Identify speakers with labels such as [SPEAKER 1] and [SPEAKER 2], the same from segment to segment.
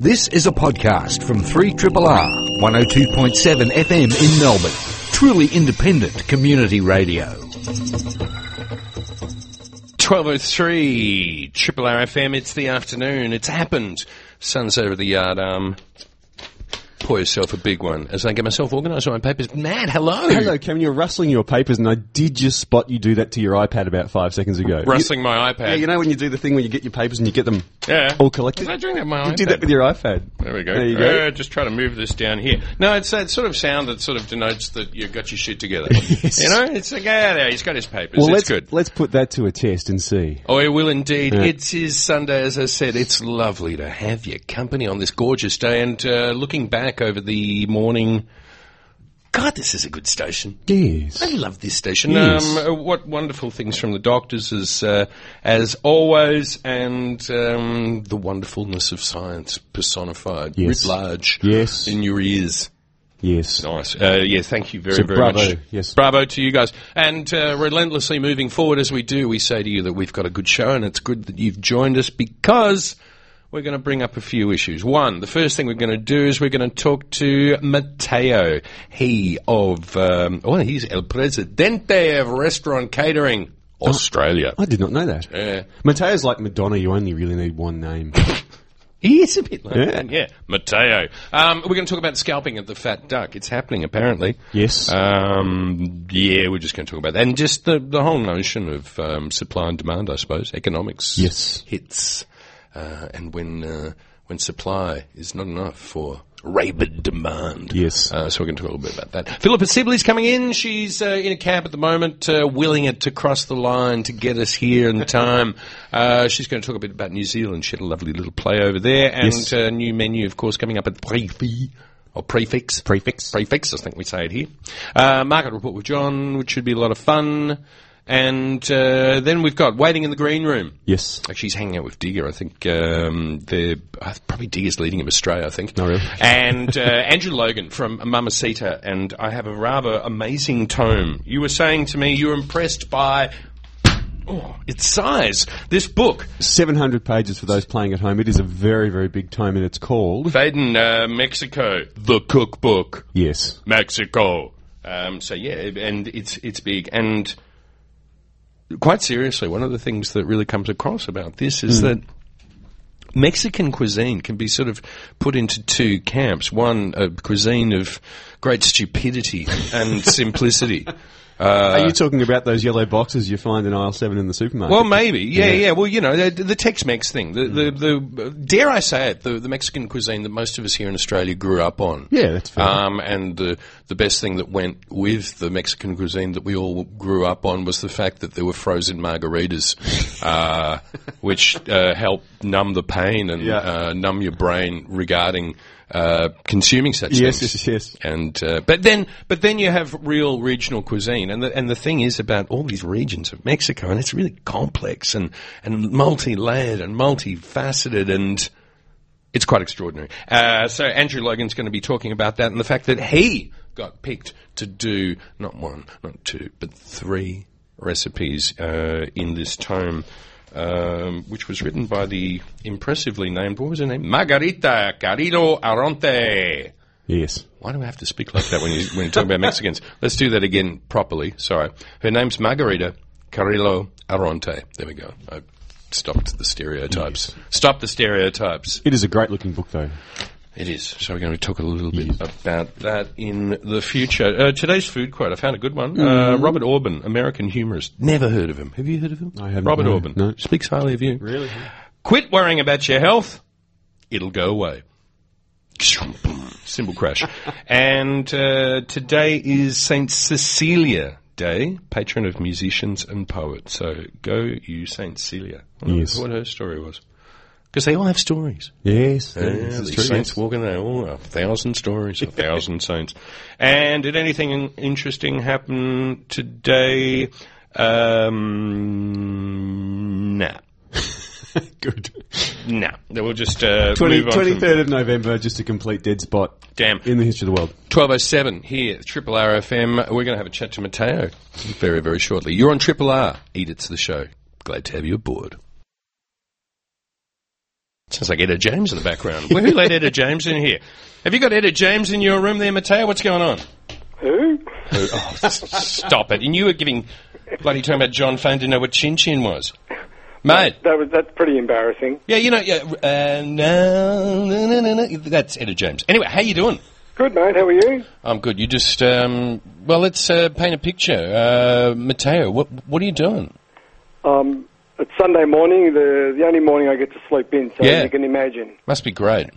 [SPEAKER 1] This is a podcast from 3RRR 102.7 FM in Melbourne. Truly independent community radio.
[SPEAKER 2] 1203 Triple R FM. It's the afternoon. It's happened. Sun's over the yard arm. Pour yourself a big one as I get myself organised on my papers. Mad, hello.
[SPEAKER 3] Hello, Cameron. You're rustling your papers, and I did just spot you do that to your iPad about five seconds ago.
[SPEAKER 2] Rustling my
[SPEAKER 3] You, yeah,
[SPEAKER 2] iPad.
[SPEAKER 3] you know when you do the thing when you get your papers and you get them
[SPEAKER 2] Yeah.
[SPEAKER 3] all collected.
[SPEAKER 2] Was I doing that with my
[SPEAKER 3] you
[SPEAKER 2] iPad?
[SPEAKER 3] did that with your iPad.
[SPEAKER 2] There we go.
[SPEAKER 3] There you go.
[SPEAKER 2] Uh, just try to move this down here. No, it's that sort of sound that sort of denotes that you've got your shit together.
[SPEAKER 3] Yes.
[SPEAKER 2] You know, it's like, ah, there, he's got his papers.
[SPEAKER 3] well,
[SPEAKER 2] it's
[SPEAKER 3] let's
[SPEAKER 2] good.
[SPEAKER 3] let's put that to a test and see.
[SPEAKER 2] Oh, it will indeed. It is Sunday, as I said. It's lovely to have your company on this gorgeous day. And uh, looking back over the morning, God, this is a good station.
[SPEAKER 3] Yes.
[SPEAKER 2] I love this station.
[SPEAKER 3] Yes.
[SPEAKER 2] Um, uh, what wonderful things from the doctors, as uh, as always, and um, the wonderfulness of science personified,
[SPEAKER 3] Yes.
[SPEAKER 2] writ large,
[SPEAKER 3] Yes.
[SPEAKER 2] in your ears.
[SPEAKER 3] Yes.
[SPEAKER 2] Nice. Uh, yeah, thank you very,
[SPEAKER 3] So
[SPEAKER 2] very
[SPEAKER 3] bravo,
[SPEAKER 2] much.
[SPEAKER 3] yes.
[SPEAKER 2] Bravo to you guys. And uh, relentlessly moving forward as we do, we say to you that we've got a good show and it's good that you've joined us because we're going to bring up a few issues. One, the first thing we're going to do is we're going to talk to Matteo. He of, um, well, he's El Presidente of Restaurant Catering,
[SPEAKER 3] Oh.
[SPEAKER 2] Australia.
[SPEAKER 3] I did not know that.
[SPEAKER 2] Yeah.
[SPEAKER 3] Mateo's like Madonna. You only really need one name.
[SPEAKER 2] He is a bit like
[SPEAKER 3] Yeah.
[SPEAKER 2] that, yeah. Matteo. Um, we're going to talk about scalping at the Fat Duck. It's happening, apparently.
[SPEAKER 3] Yes.
[SPEAKER 2] Uh, Um, yeah, we're just going to talk about that. And just the, the whole notion of um, supply and demand, I suppose. Economics
[SPEAKER 3] Yes.
[SPEAKER 2] hits. Uh, and when, uh, when supply is not enough for rabid demand.
[SPEAKER 3] Yes.
[SPEAKER 2] Uh, so we're going to talk a little bit about that. Philippa Sibley's coming in. She's uh, in a cab at the moment, uh, willing it to cross the line to get us here in time. uh, she's going to talk a bit about New Zealand. She had a lovely little play over there. And
[SPEAKER 3] Yes.
[SPEAKER 2] uh, new menu, of course, coming up at Prefix. Or prefix. Prefix. Prefix, I think we say it here. Uh, market report with John, which should be a lot of fun. And uh, then we've got Waiting in the Green Room.
[SPEAKER 3] yes.
[SPEAKER 2] Like she's hanging out with Digger. I think um, they're I th- probably Digger's leading him astray. I think.
[SPEAKER 3] Oh, really?
[SPEAKER 2] And uh, Andrew Logan from Mamacita, and I have a rather amazing tome. You were saying to me you're impressed by oh, its size. This book,
[SPEAKER 3] Seven hundred pages for those playing at home. It is a very very big tome, and it's called
[SPEAKER 2] Baden, uh, Mexico, the cookbook,
[SPEAKER 3] yes.
[SPEAKER 2] Mexico. Um, so yeah, and it's it's big and. Quite seriously, one of the things that really comes across about this is that Mexican cuisine can be sort of put into two camps. One, a cuisine of great stupidity and simplicity. uh,
[SPEAKER 3] Are you talking about those yellow boxes you find in aisle seven in the supermarket?
[SPEAKER 2] Well, maybe, yeah, yeah. Well, you know, the, the Tex-Mex thing, the, the,
[SPEAKER 3] Mm.
[SPEAKER 2] the dare I say it, the, the Mexican cuisine that most of us here in Australia grew up on.
[SPEAKER 3] yeah, that's fair.
[SPEAKER 2] Um, and the the best thing that went with the Mexican cuisine that we all grew up on was the fact that there were frozen margaritas, uh, which uh, help numb the pain and
[SPEAKER 3] Yeah.
[SPEAKER 2] uh, numb your brain regarding uh, consuming such
[SPEAKER 3] yes,
[SPEAKER 2] things.
[SPEAKER 3] yes, yes.
[SPEAKER 2] And uh, but then but then you have real regional cuisine, and the, and the thing is about all these regions of Mexico, and it's really complex and and multi layered and multifaceted, and it's quite extraordinary. Uh, so Andrew Logan's going to be talking about that and the fact that he got picked to do not one, not two, but three recipes uh, in this tome. Um, which was written by the impressively named, what was her name? Margarita Carrillo Aronte.
[SPEAKER 3] Yes.
[SPEAKER 2] Why do I have to speak like that when you when you talk about Mexicans? Let's do that again properly. Sorry. Her name's Margarita Carrillo Aronte. There we go. I stopped the stereotypes. Stop the stereotypes.
[SPEAKER 3] It is a great looking book, though.
[SPEAKER 2] It is. So we're going to talk a little bit about that in the future. Uh, today's food quote. I found a good one.
[SPEAKER 3] Mm-hmm.
[SPEAKER 2] Uh, Robert Orban, American humorist. Never heard of him. Have you heard of him?
[SPEAKER 3] I haven't,
[SPEAKER 2] Robert
[SPEAKER 3] no,
[SPEAKER 2] Orban.
[SPEAKER 3] no.
[SPEAKER 2] Speaks highly of you.
[SPEAKER 3] Really?
[SPEAKER 2] Quit worrying about your health. It'll go away. Symbol crash. and uh, today is St. Cecilia Day, patron of musicians and poets. So go you, St. Cecilia. I wonder
[SPEAKER 3] Yes.
[SPEAKER 2] What her story was. Because they all have stories.
[SPEAKER 3] Yes. yes,
[SPEAKER 2] Yeah,
[SPEAKER 3] it's
[SPEAKER 2] these
[SPEAKER 3] true,
[SPEAKER 2] saints
[SPEAKER 3] yes.
[SPEAKER 2] walking there, all a thousand stories, a thousand saints. And did anything in- interesting happen today? Um, nah.
[SPEAKER 3] Good.
[SPEAKER 2] No, Then we'll just uh,
[SPEAKER 3] 20,
[SPEAKER 2] move on. from-
[SPEAKER 3] 23rd of November, just a complete dead spot
[SPEAKER 2] Damn.
[SPEAKER 3] in the history of the world.
[SPEAKER 2] 1207 here, Triple R FM. We're going to have a chat to Matteo very, very shortly. You're on Triple R. Eat It's the Show. Glad to have you aboard. Sounds like Etta James in the background. Well, who let Etta James in here? Have you got Etta James in your room there, Matteo? What's going on?
[SPEAKER 4] Who?
[SPEAKER 2] Who- Oh, stop it. And you were giving bloody talking about John Fane didn't know what chin chin was. Mate,
[SPEAKER 4] That was that's pretty embarrassing.
[SPEAKER 2] yeah, you know, yeah, uh, no, no, no, no, no. That's Etta James. Anyway, how you doing?
[SPEAKER 4] Good mate, how are you?
[SPEAKER 2] I'm good. You just, um, well, let's uh, paint a picture. Uh, Matteo, what what are you doing?
[SPEAKER 4] Um, it's Sunday morning, the the only morning I get to sleep in, so
[SPEAKER 2] Yeah.
[SPEAKER 4] you can imagine.
[SPEAKER 2] Must be great.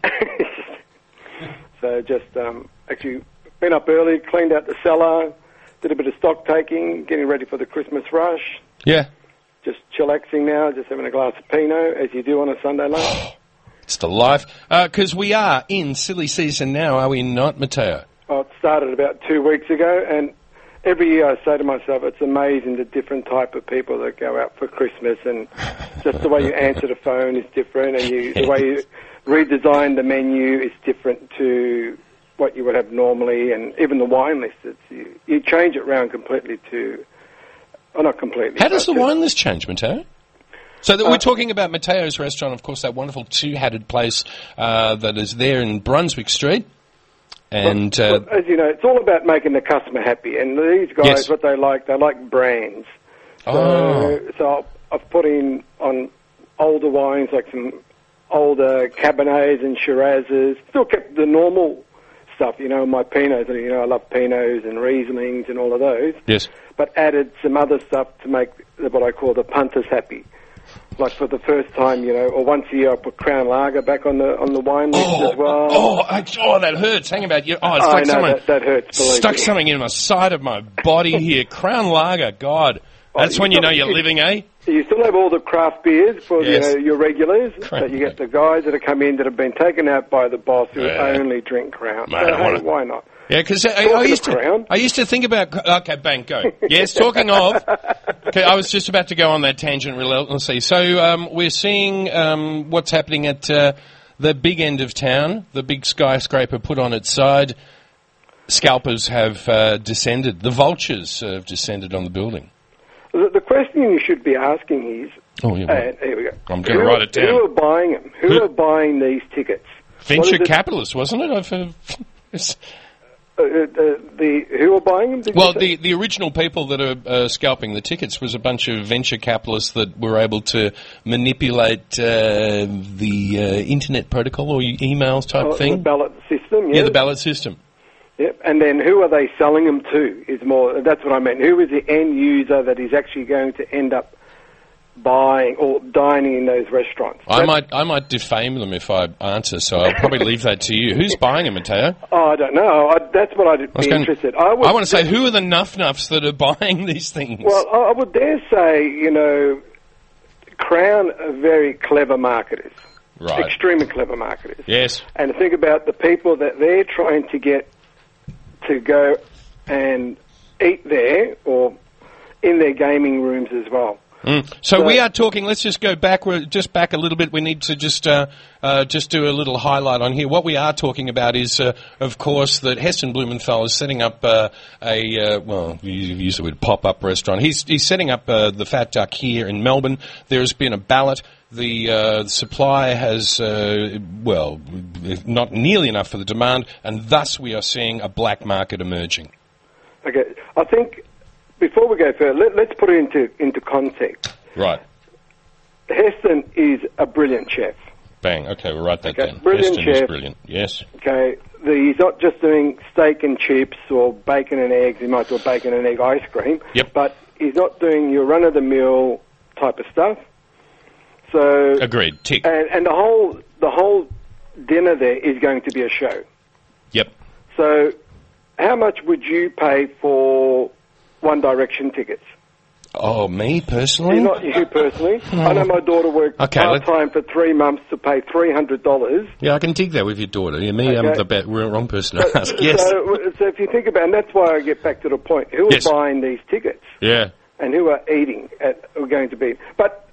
[SPEAKER 4] so just um, actually been up early, cleaned out the cellar, did a bit of stock taking, getting ready for the Christmas rush.
[SPEAKER 2] Yeah,
[SPEAKER 4] Just chillaxing now, just having a glass of Pinot as you do on a Sunday night.
[SPEAKER 2] it's the life. Because we are in silly season now, are we not, Matteo?
[SPEAKER 4] well, it started about two weeks ago, and every year I say to myself, it's amazing the different type of people that go out for Christmas, and just the way you answer the phone is different, and you, the way you redesign the menu is different to what you would have normally, and even the wine list, it's, you, you change it round completely to, oh, not completely.
[SPEAKER 2] How does the
[SPEAKER 4] but to-
[SPEAKER 2] wine list change, Matteo? So
[SPEAKER 4] Uh,
[SPEAKER 2] that we're talking about Matteo's restaurant, of course, that wonderful two-hatted place uh, that is there in Brunswick Street, and uh,
[SPEAKER 4] Well, as you know, it's all about making the customer happy, and these guys,
[SPEAKER 2] Yes.
[SPEAKER 4] what they like, they like brands. So,
[SPEAKER 2] Oh.
[SPEAKER 4] so I've put in on older wines, like some older Cabernets and Shirazes. Still kept the normal stuff, you know, my Pinots. You know, I love Pinots and Rieslings and all of those.
[SPEAKER 2] yes,
[SPEAKER 4] But added some other stuff to make the- what I call the punters happy. Like for the first time, you know, or once a year, I put Crown Lager back on the on the wine list
[SPEAKER 2] oh,
[SPEAKER 4] as well.
[SPEAKER 2] oh, I, oh, that hurts. Hang about you. Oh, it's
[SPEAKER 4] I
[SPEAKER 2] like
[SPEAKER 4] know,
[SPEAKER 2] someone
[SPEAKER 4] that- that hurts, believe
[SPEAKER 2] stuck
[SPEAKER 4] me.
[SPEAKER 2] something in my side of my body here. Crown Lager, God, that's
[SPEAKER 4] Oh, you
[SPEAKER 2] when you know
[SPEAKER 4] got-
[SPEAKER 2] you're living, eh?
[SPEAKER 4] So you still have all the craft beers for
[SPEAKER 2] Yes.
[SPEAKER 4] you know, your regulars,
[SPEAKER 2] Crown
[SPEAKER 4] but you get the guys that have come in that have been taken out by the boss who
[SPEAKER 2] Yeah.
[SPEAKER 4] only drink Crown.
[SPEAKER 2] Mate,
[SPEAKER 4] So,
[SPEAKER 2] I wanna-
[SPEAKER 4] hey, why not?
[SPEAKER 2] Yeah, because I, I
[SPEAKER 4] Talking
[SPEAKER 2] used
[SPEAKER 4] of
[SPEAKER 2] to,
[SPEAKER 4] Crown.
[SPEAKER 2] I used to think about. Okay, bank go. Yes, talking of. Okay, I was just about to go on that tangent relentlessly. So um, we're seeing um, what's happening at uh, the big end of town. The big skyscraper put on its side. Scalpers have uh, descended. The vultures have descended on the building.
[SPEAKER 4] The, the question you should be asking is,
[SPEAKER 2] Oh yeah.
[SPEAKER 4] and here we go.
[SPEAKER 2] I'm gonna
[SPEAKER 4] Who-
[SPEAKER 2] write it down.
[SPEAKER 4] Who are buying them? Who,
[SPEAKER 2] Who-
[SPEAKER 4] are buying these tickets? What is
[SPEAKER 2] Venture
[SPEAKER 4] it-
[SPEAKER 2] capitalists, wasn't it? I've, uh, it's-
[SPEAKER 4] Uh, uh, uh, the who are buying them? Did you
[SPEAKER 2] Well,
[SPEAKER 4] say?
[SPEAKER 2] the, the original people that are uh, scalping the tickets was a bunch of venture capitalists that were able to manipulate uh, the uh, internet protocol or emails type
[SPEAKER 4] Oh,
[SPEAKER 2] thing.
[SPEAKER 4] the ballot system.
[SPEAKER 2] yeah, the ballot system.
[SPEAKER 4] Yep. And then who are they selling them to? Is more. That's what I meant. Who is the end user that is actually going to end up buying or dining in those restaurants?
[SPEAKER 2] I might I might defame them if I answer, so I'll probably leave that to you. Who's buying them, Matteo?
[SPEAKER 4] Oh, I don't know. I, that's what I'd
[SPEAKER 2] I was
[SPEAKER 4] be
[SPEAKER 2] going-
[SPEAKER 4] interested. I would.
[SPEAKER 2] I want to say, who are the nuff nuffs that are buying these things?
[SPEAKER 4] Well, I I would dare say, you know, Crown are very clever marketers,
[SPEAKER 2] right.
[SPEAKER 4] extremely clever marketers.
[SPEAKER 2] Yes.
[SPEAKER 4] And think about the people that they're trying to get to go and eat there or in their gaming rooms as well.
[SPEAKER 2] So we are talking. Let's just go back. We're just back a little bit. We need to just uh, uh, just do a little highlight on here. What we are talking about is, uh, of course, that Heston Blumenthal is setting up uh, a uh, well, you you use the word pop up restaurant. He's he's setting up uh, the Fat Duck here in Melbourne. There has been a ballot. The uh, supply has uh, well, not nearly enough for the demand, and thus we are seeing a black market emerging.
[SPEAKER 4] Okay, I think before we go further, let, let's put it into into context.
[SPEAKER 2] Right.
[SPEAKER 4] Heston is a brilliant chef.
[SPEAKER 2] Bang. Okay, we'll write that
[SPEAKER 4] Okay,
[SPEAKER 2] down.
[SPEAKER 4] brilliant
[SPEAKER 2] Heston is
[SPEAKER 4] chef.
[SPEAKER 2] brilliant. Yes.
[SPEAKER 4] Okay, the, he's not just doing steak and chips or bacon and eggs. He might do a bacon and egg ice cream.
[SPEAKER 2] Yep.
[SPEAKER 4] But he's not doing your run of the mill type of stuff. So
[SPEAKER 2] Agreed. Tick.
[SPEAKER 4] and and the whole the whole dinner there is going to be a show.
[SPEAKER 2] Yep.
[SPEAKER 4] So how much would you pay for One Direction tickets?
[SPEAKER 2] Oh, me personally?
[SPEAKER 4] You're not you personally. I know my daughter worked
[SPEAKER 2] Okay,
[SPEAKER 4] part
[SPEAKER 2] let's-
[SPEAKER 4] time for three months to pay three hundred dollars.
[SPEAKER 2] yeah, I can dig that with your daughter. Yeah, me, I'm
[SPEAKER 4] Okay.
[SPEAKER 2] the ba- we're the wrong person to ask. Yes.
[SPEAKER 4] So, so if you think about, it, and that's why I get back to the point: who
[SPEAKER 2] Yes.
[SPEAKER 4] are buying these tickets
[SPEAKER 2] yeah.
[SPEAKER 4] and who are eating at who are going to be? But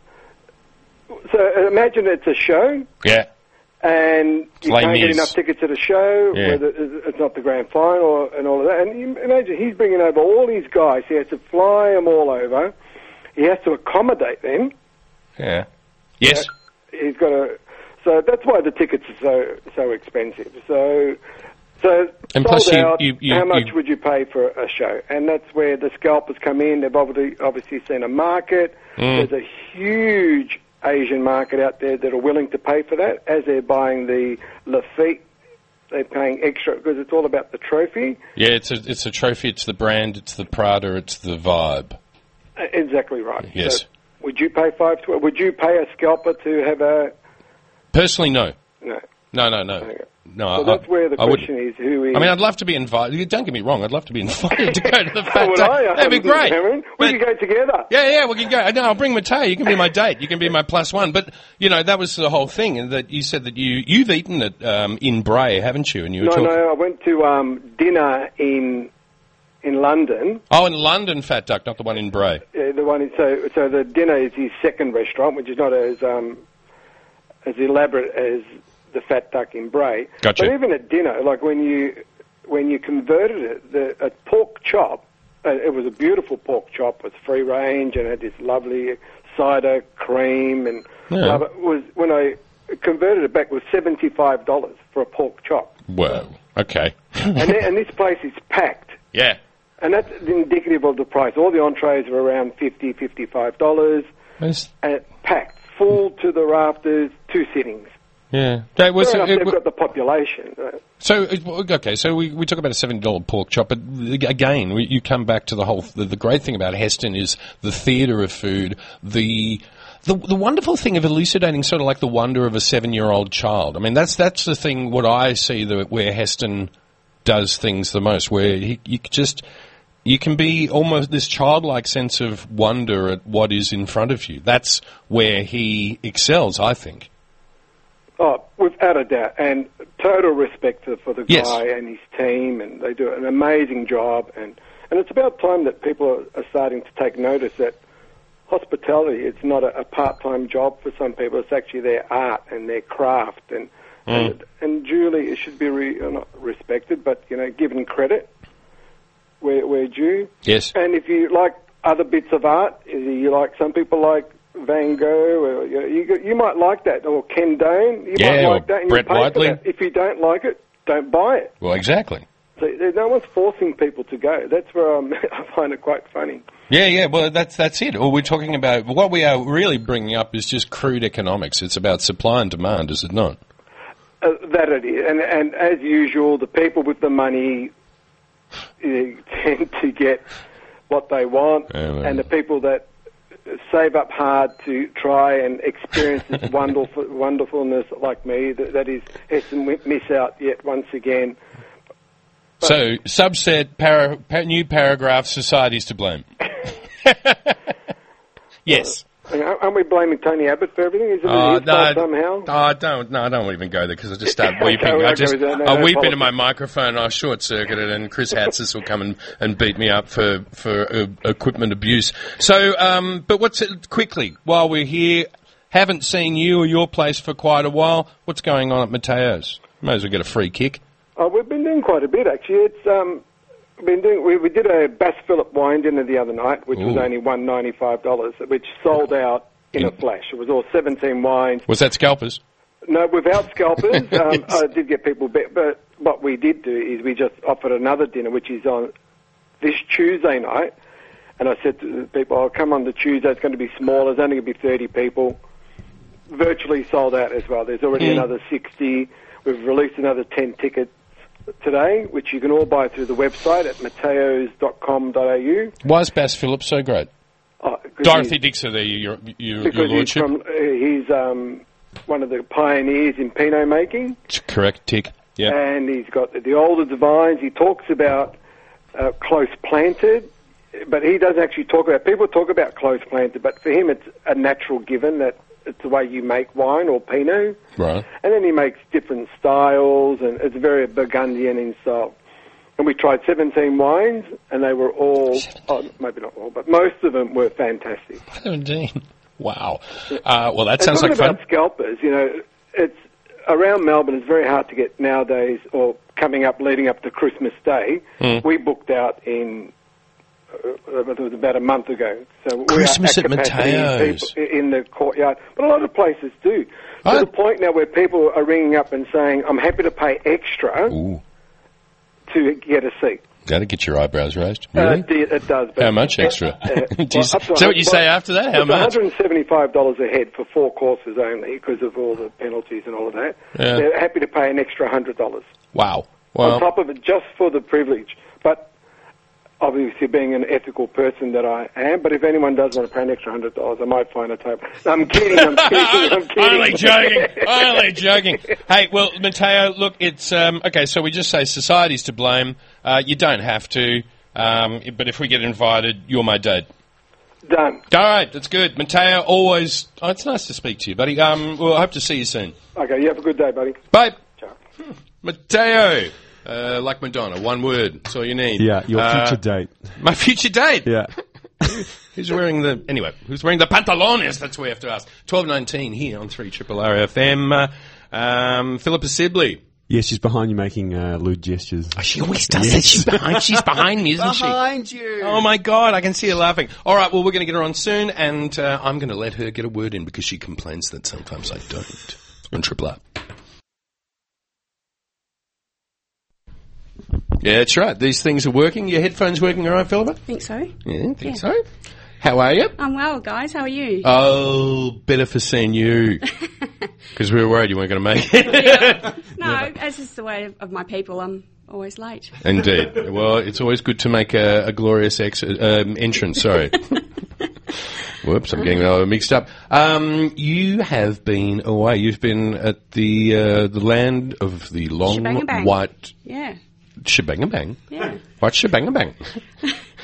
[SPEAKER 4] so imagine it's a show,
[SPEAKER 2] Yeah.
[SPEAKER 4] and you
[SPEAKER 2] Les
[SPEAKER 4] can't get
[SPEAKER 2] Mis.
[SPEAKER 4] enough tickets at a show,
[SPEAKER 2] Yeah.
[SPEAKER 4] whether it's not the grand final and all of that. And you imagine he's bringing over all these guys; he has to fly them all over. He has to accommodate them.
[SPEAKER 2] Yeah. Yes.
[SPEAKER 4] He's got to. So So that's why the tickets are so so expensive. So so
[SPEAKER 5] And
[SPEAKER 4] sold
[SPEAKER 5] plus you-
[SPEAKER 4] out,
[SPEAKER 5] you- you-
[SPEAKER 4] how much
[SPEAKER 5] you-
[SPEAKER 4] would you pay for a show? And that's where the scalpers come in. They've obviously obviously seen a market.
[SPEAKER 5] Mm.
[SPEAKER 4] There's a huge Asian market out there that are willing to pay for that as they're buying the Lafitte. They're paying extra because it's all about the trophy.
[SPEAKER 2] Yeah, it's a it's a trophy. It's the brand. It's the Prada. It's the vibe.
[SPEAKER 4] Uh, Exactly right.
[SPEAKER 2] Yes.
[SPEAKER 4] So would you pay five? tw- Would you pay a scalper to have a?
[SPEAKER 2] Personally, no,
[SPEAKER 5] Uh,
[SPEAKER 4] No.
[SPEAKER 2] no, no, no, no. I-
[SPEAKER 4] So that's where the
[SPEAKER 2] I wouldn't.
[SPEAKER 4] question is: Who is?
[SPEAKER 2] I mean, I'd love to be invited. Don't get me wrong. I'd love to be invited to go to the
[SPEAKER 4] So
[SPEAKER 2] fat
[SPEAKER 4] would
[SPEAKER 2] day.
[SPEAKER 4] I. I
[SPEAKER 2] That'd be
[SPEAKER 4] haven't been
[SPEAKER 2] great.
[SPEAKER 4] to Cameron. We
[SPEAKER 2] But-
[SPEAKER 4] could go together.
[SPEAKER 2] yeah, yeah, we can go. No, I'll bring Mateo. You can be my date. You can be my plus one. But you know, that was the whole thing. And that you said that you you've eaten at um, in Bray, haven't you? And you were
[SPEAKER 4] No,
[SPEAKER 2] talking.
[SPEAKER 4] no. I went to um, dinner in in London.
[SPEAKER 2] Oh, in London, Fat Duck, not the one in Bray.
[SPEAKER 4] Uh, the one in, so so the dinner is his second restaurant, which is not as um, as elaborate as the Fat Duck in Bray.
[SPEAKER 2] Gotcha.
[SPEAKER 4] But even at dinner, like when you when you converted it, the, a pork chop. uh, It was a beautiful pork chop. It was free range and had this lovely cider cream and
[SPEAKER 2] Yeah.
[SPEAKER 4] But it was when I converted it back it was seventy five dollars for a pork chop.
[SPEAKER 2] Whoa. Okay.
[SPEAKER 4] and, th- and this place is packed.
[SPEAKER 2] yeah.
[SPEAKER 4] And that's indicative of the price. All the entrees are around fifty, fifty-five dollars,
[SPEAKER 2] That's-
[SPEAKER 4] and uh, packed, full to the rafters, two sittings.
[SPEAKER 2] yeah. That was-
[SPEAKER 4] Fair enough,
[SPEAKER 2] it
[SPEAKER 4] they've
[SPEAKER 2] wa-
[SPEAKER 4] got the population. uh,
[SPEAKER 2] So it- well, okay, so we, we talk about a seventy dollar pork chop, but again, we, you come back to the whole. The, the great thing about Heston is the theatre of food, the. The, the wonderful thing of elucidating sort of like the wonder of a seven year old child. I mean, that's that's the thing. What I see that where Heston does things the most, where he, you just you can be almost this childlike sense of wonder at what is in front of you. That's where he excels, I think.
[SPEAKER 4] Oh, without a doubt, and total respect for, for the guy
[SPEAKER 2] Yes.
[SPEAKER 4] and his team, and they do an amazing job. And, and it's about time that people are, are starting to take notice that hospitality it's not a, a part-time job for some people; it's actually their art and their craft. And
[SPEAKER 2] Mm.
[SPEAKER 4] and, and duly, it should be re, uh, not respected, but you know, given credit where where due.
[SPEAKER 2] Yes.
[SPEAKER 4] And if you like other bits of art, you like some people like Van Gogh, or you, you, you might like that, or Ken Dane. You
[SPEAKER 2] Yeah,
[SPEAKER 4] might
[SPEAKER 2] or
[SPEAKER 4] like that, and
[SPEAKER 2] Brett
[SPEAKER 4] you pay
[SPEAKER 2] Whiteley.
[SPEAKER 4] For that. If you don't like it, don't buy it.
[SPEAKER 2] Well, exactly.
[SPEAKER 4] So there- no one's forcing people to go. That's where I'm, I find it quite funny.
[SPEAKER 2] Yeah, yeah. Well, that's that's it. All we're talking about, what we are really bringing up, is just crude economics. It's about supply and demand, is it not?
[SPEAKER 4] Uh, that it is, and and as usual, the people with the money uh, tend to get what they want,
[SPEAKER 2] Yeah, well.
[SPEAKER 4] and the people that save up hard to try and experience this wonderful wonderfulness, like me, that, that is Heston wi- miss out yet once again.
[SPEAKER 2] so, subset, para, pa, new paragraph, society's to blame. yes.
[SPEAKER 4] And aren't aren't we blaming Tony Abbott for everything? Is it
[SPEAKER 2] Uh,
[SPEAKER 4] his fault somehow?
[SPEAKER 2] Oh, don't, no, I don't even go there because I just start
[SPEAKER 4] Okay,
[SPEAKER 2] weeping.
[SPEAKER 4] well,
[SPEAKER 2] I
[SPEAKER 4] okay,
[SPEAKER 2] just,
[SPEAKER 4] we don't- no,
[SPEAKER 2] I
[SPEAKER 4] no
[SPEAKER 2] weep into
[SPEAKER 4] politics.
[SPEAKER 2] my microphone. I short circuit it, and Chris Hatzis will come and, and beat me up for for uh, equipment abuse. So, um, but what's it quickly while we're here? Haven't seen you or your place for quite a while. What's going on at Mateo's? May as well get a free kick.
[SPEAKER 4] Oh, we've been doing quite a bit actually. It's um, been doing. We, we did a Bass Phillip wine dinner the other night, which was
[SPEAKER 2] Ooh.
[SPEAKER 4] only one ninety five dollars, which sold out in a flash. It was all seventeen wines.
[SPEAKER 2] Was that Scalpers?
[SPEAKER 4] No, without scalpers. Um,
[SPEAKER 2] Yes.
[SPEAKER 4] I did get people, bet, but what we did do is we just offered another dinner, which is on this Tuesday night. And I said to the people, "I'll come on the Tuesday. It's going to be small. There's only going to be thirty people." Virtually sold out as well. There's already
[SPEAKER 2] Hmm.
[SPEAKER 4] another sixty. We've released another ten tickets today, which you can all buy through the website at mateos.com.au.
[SPEAKER 2] Why is Bass Phillips so great?
[SPEAKER 4] Oh, 'cause he's-
[SPEAKER 2] Dorothy Dixon, there, your, your, your
[SPEAKER 4] because he's
[SPEAKER 2] lordship.
[SPEAKER 4] from uh, he's um, one of the pioneers in Pinot making.
[SPEAKER 2] Correct, tick. Yeah.
[SPEAKER 4] and he's got the older divines. He talks about uh, close planted, but he doesn't actually talk about. People talk about close planted, but for him, it's a natural given that it's the way you make wine or Pinot.
[SPEAKER 2] Right.
[SPEAKER 4] And then he makes different styles, and it's very Burgundian in style. And we tried 17 wines, and they were all, oh, maybe not all, but most of them were fantastic.
[SPEAKER 2] Seventeen. Wow. Uh, well, that
[SPEAKER 4] And
[SPEAKER 2] sounds
[SPEAKER 4] talking
[SPEAKER 2] like fun.
[SPEAKER 4] about scalpers, you know, it's around Melbourne. It's very hard to get
[SPEAKER 2] Hmm.
[SPEAKER 4] nowadays, or coming up, leading up to Christmas Day. We booked out in uh, it was about a month ago. So we are
[SPEAKER 2] Christmas at
[SPEAKER 4] capacity
[SPEAKER 2] Mateo's.
[SPEAKER 4] people in the courtyard, but a lot of places do. To
[SPEAKER 2] I-
[SPEAKER 4] the point now where people are ringing up and saying, "I'm happy to pay extra
[SPEAKER 2] Ooh,
[SPEAKER 4] to get a seat."
[SPEAKER 2] gotta get your eyebrows raised.
[SPEAKER 4] Uh,
[SPEAKER 2] Really?
[SPEAKER 4] it, do- it does. But
[SPEAKER 2] How much extra?
[SPEAKER 4] Uh,
[SPEAKER 2] Do you
[SPEAKER 4] well,
[SPEAKER 2] s-
[SPEAKER 4] up to
[SPEAKER 2] is that what you
[SPEAKER 4] $100
[SPEAKER 2] say after that? How
[SPEAKER 4] it's
[SPEAKER 2] much?
[SPEAKER 4] $175 a head for four courses only because of all the penalties and all of that.
[SPEAKER 2] Yeah.
[SPEAKER 4] They're happy to pay an extra $100
[SPEAKER 2] Wow.
[SPEAKER 4] on
[SPEAKER 2] Well,
[SPEAKER 4] top of it just for the privilege. But obviously, being an ethical person that I am, but if anyone does want to pay an extra $100, I might find a table. No, I'm kidding, I'm kidding, I'm kidding.
[SPEAKER 2] only joking. Only joking. Hey, well, Matteo, look, it's um, okay. So we just say society's to blame. Uh, you don't have to, um, but if we get invited, you're my dad.
[SPEAKER 4] Done.
[SPEAKER 2] All right, that's good. Matteo, always. Oh, it's nice to speak to you, buddy. Um, well, I hope to see you soon.
[SPEAKER 4] Okay, you have a good day, buddy.
[SPEAKER 2] Bye.
[SPEAKER 4] Ciao.
[SPEAKER 2] Matteo. Uh, like Madonna, one word. That's all you need.
[SPEAKER 3] Yeah, your
[SPEAKER 2] Uh,
[SPEAKER 3] future date.
[SPEAKER 2] My future date.
[SPEAKER 3] Yeah.
[SPEAKER 2] Who's wearing the anyway? Who's wearing the pantalones? That's what we have to ask. Twelve nineteen here on three triple R FM. Uh, um, Philippa Sibley.
[SPEAKER 3] Yeah, she's behind you making uh, lewd gestures.
[SPEAKER 2] She always does it. She's behind. She's behind me, isn't
[SPEAKER 3] you.
[SPEAKER 2] Oh my God! I can see her laughing. All right, well, we're going to get her on soon, and uh, I'm going to let her get a word in because she complains that sometimes I don't on Triple R. Yeah, that's right. These things are working. Your headphones working all right, Philippa?
[SPEAKER 6] think so.
[SPEAKER 2] Yeah, I think
[SPEAKER 6] Yeah.
[SPEAKER 2] so. How are you?
[SPEAKER 6] I'm well, guys. How are you?
[SPEAKER 2] Oh, better for seeing you. Because we were worried you weren't going to make it.
[SPEAKER 6] no, that's just the way of, of my people. I'm always late.
[SPEAKER 2] Indeed. Well, it's always good to make a, a glorious ex- um, entrance. Sorry. Whoops, I'm getting uh, mixed up. Um, you have been away. You've been at the uh, the land of the long
[SPEAKER 6] Shebangabang.
[SPEAKER 2] white
[SPEAKER 6] Yeah,
[SPEAKER 2] shebang bang.
[SPEAKER 6] yeah.
[SPEAKER 2] White shebang bang.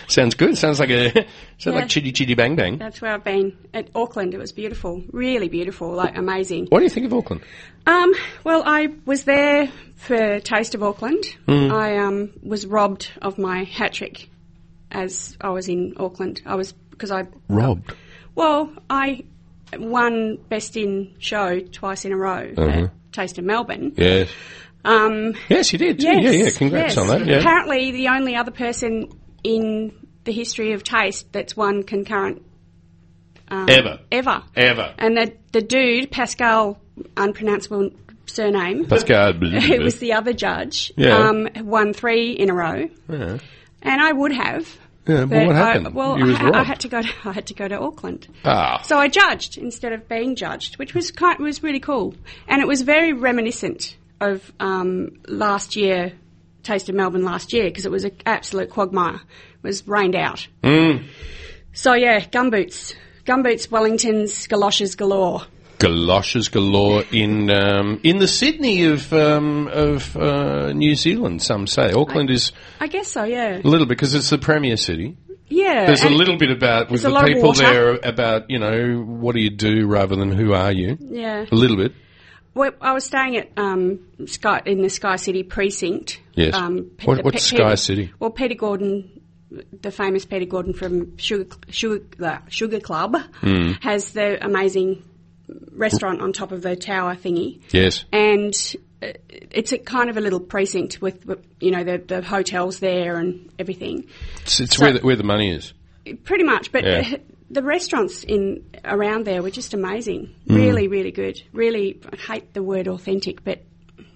[SPEAKER 2] sounds good. Sounds like a sounds
[SPEAKER 6] Yeah.
[SPEAKER 2] like chitty chitty bang bang.
[SPEAKER 6] That's where I've been. At Auckland, it was beautiful. Really beautiful. Like, amazing.
[SPEAKER 2] What do you think of Auckland?
[SPEAKER 6] Um, well, I was there for Taste of Auckland. I um, was robbed of my hat trick as I was in Auckland. I was, because I,
[SPEAKER 2] Robbed.
[SPEAKER 6] well, I won Best in Show twice in a row at Taste of Melbourne.
[SPEAKER 2] Yes.
[SPEAKER 6] Um,
[SPEAKER 2] Yes, you did.
[SPEAKER 6] Yes,
[SPEAKER 2] Yeah, yeah. Congrats
[SPEAKER 6] yes.
[SPEAKER 2] on that. Yeah.
[SPEAKER 6] Apparently, the only other person in the history of taste that's won concurrent um,
[SPEAKER 2] Ever.
[SPEAKER 6] ever.
[SPEAKER 2] Ever.
[SPEAKER 6] And the, the dude, Pascal, unpronounceable surname,
[SPEAKER 2] Pascal.
[SPEAKER 6] who was the other judge,
[SPEAKER 2] Yeah.
[SPEAKER 6] um, won three in a row.
[SPEAKER 2] Yeah.
[SPEAKER 6] And I would have.
[SPEAKER 2] Yeah,
[SPEAKER 6] but
[SPEAKER 2] well, what happened?
[SPEAKER 6] I, well,
[SPEAKER 2] You was
[SPEAKER 6] I, I
[SPEAKER 2] robbed.
[SPEAKER 6] had to go. To, I had to go to Auckland.
[SPEAKER 2] Ah.
[SPEAKER 6] So I judged instead of being judged, which was kind, was really cool, and it was very reminiscent of um, last year, Taste of Melbourne last year, because it was an absolute quagmire. It was rained out.
[SPEAKER 2] Mm.
[SPEAKER 6] So yeah, gumboots, gumboots, Wellingtons, galoshes galore.
[SPEAKER 2] galoshes galore in um, in the Sydney of um, of uh, New Zealand. Some say Auckland is
[SPEAKER 6] I guess so. Yeah,
[SPEAKER 2] a little because it's the premier city.
[SPEAKER 6] yeah.
[SPEAKER 2] There's a
[SPEAKER 6] and-
[SPEAKER 2] little bit about with
[SPEAKER 6] a
[SPEAKER 2] the
[SPEAKER 6] lot of
[SPEAKER 2] people
[SPEAKER 6] water.
[SPEAKER 2] there about you know what do you do rather than who are you.
[SPEAKER 6] Yeah.
[SPEAKER 2] A little bit.
[SPEAKER 6] Well, I was staying at um, Sky in the Sky City precinct.
[SPEAKER 2] Yes. What-
[SPEAKER 6] the
[SPEAKER 2] what's Sky
[SPEAKER 6] Pe- Peter-
[SPEAKER 2] City?
[SPEAKER 6] Well, Peter Gordon, the famous Peter Gordon from Sugar Sugar the Sugar Club,
[SPEAKER 2] Hmm.
[SPEAKER 6] has the amazing restaurant on top of the tower thingy,
[SPEAKER 2] Yes.
[SPEAKER 6] and uh, it's a kind of a little precinct with with, you know the the hotels there and everything,
[SPEAKER 2] It's, it's
[SPEAKER 6] So-
[SPEAKER 2] where the, where the money is.
[SPEAKER 6] pretty much. But
[SPEAKER 2] Yeah.
[SPEAKER 6] the restaurants in around there were just amazing,
[SPEAKER 2] Mm.
[SPEAKER 6] really, really good. Really, I hate the word authentic, but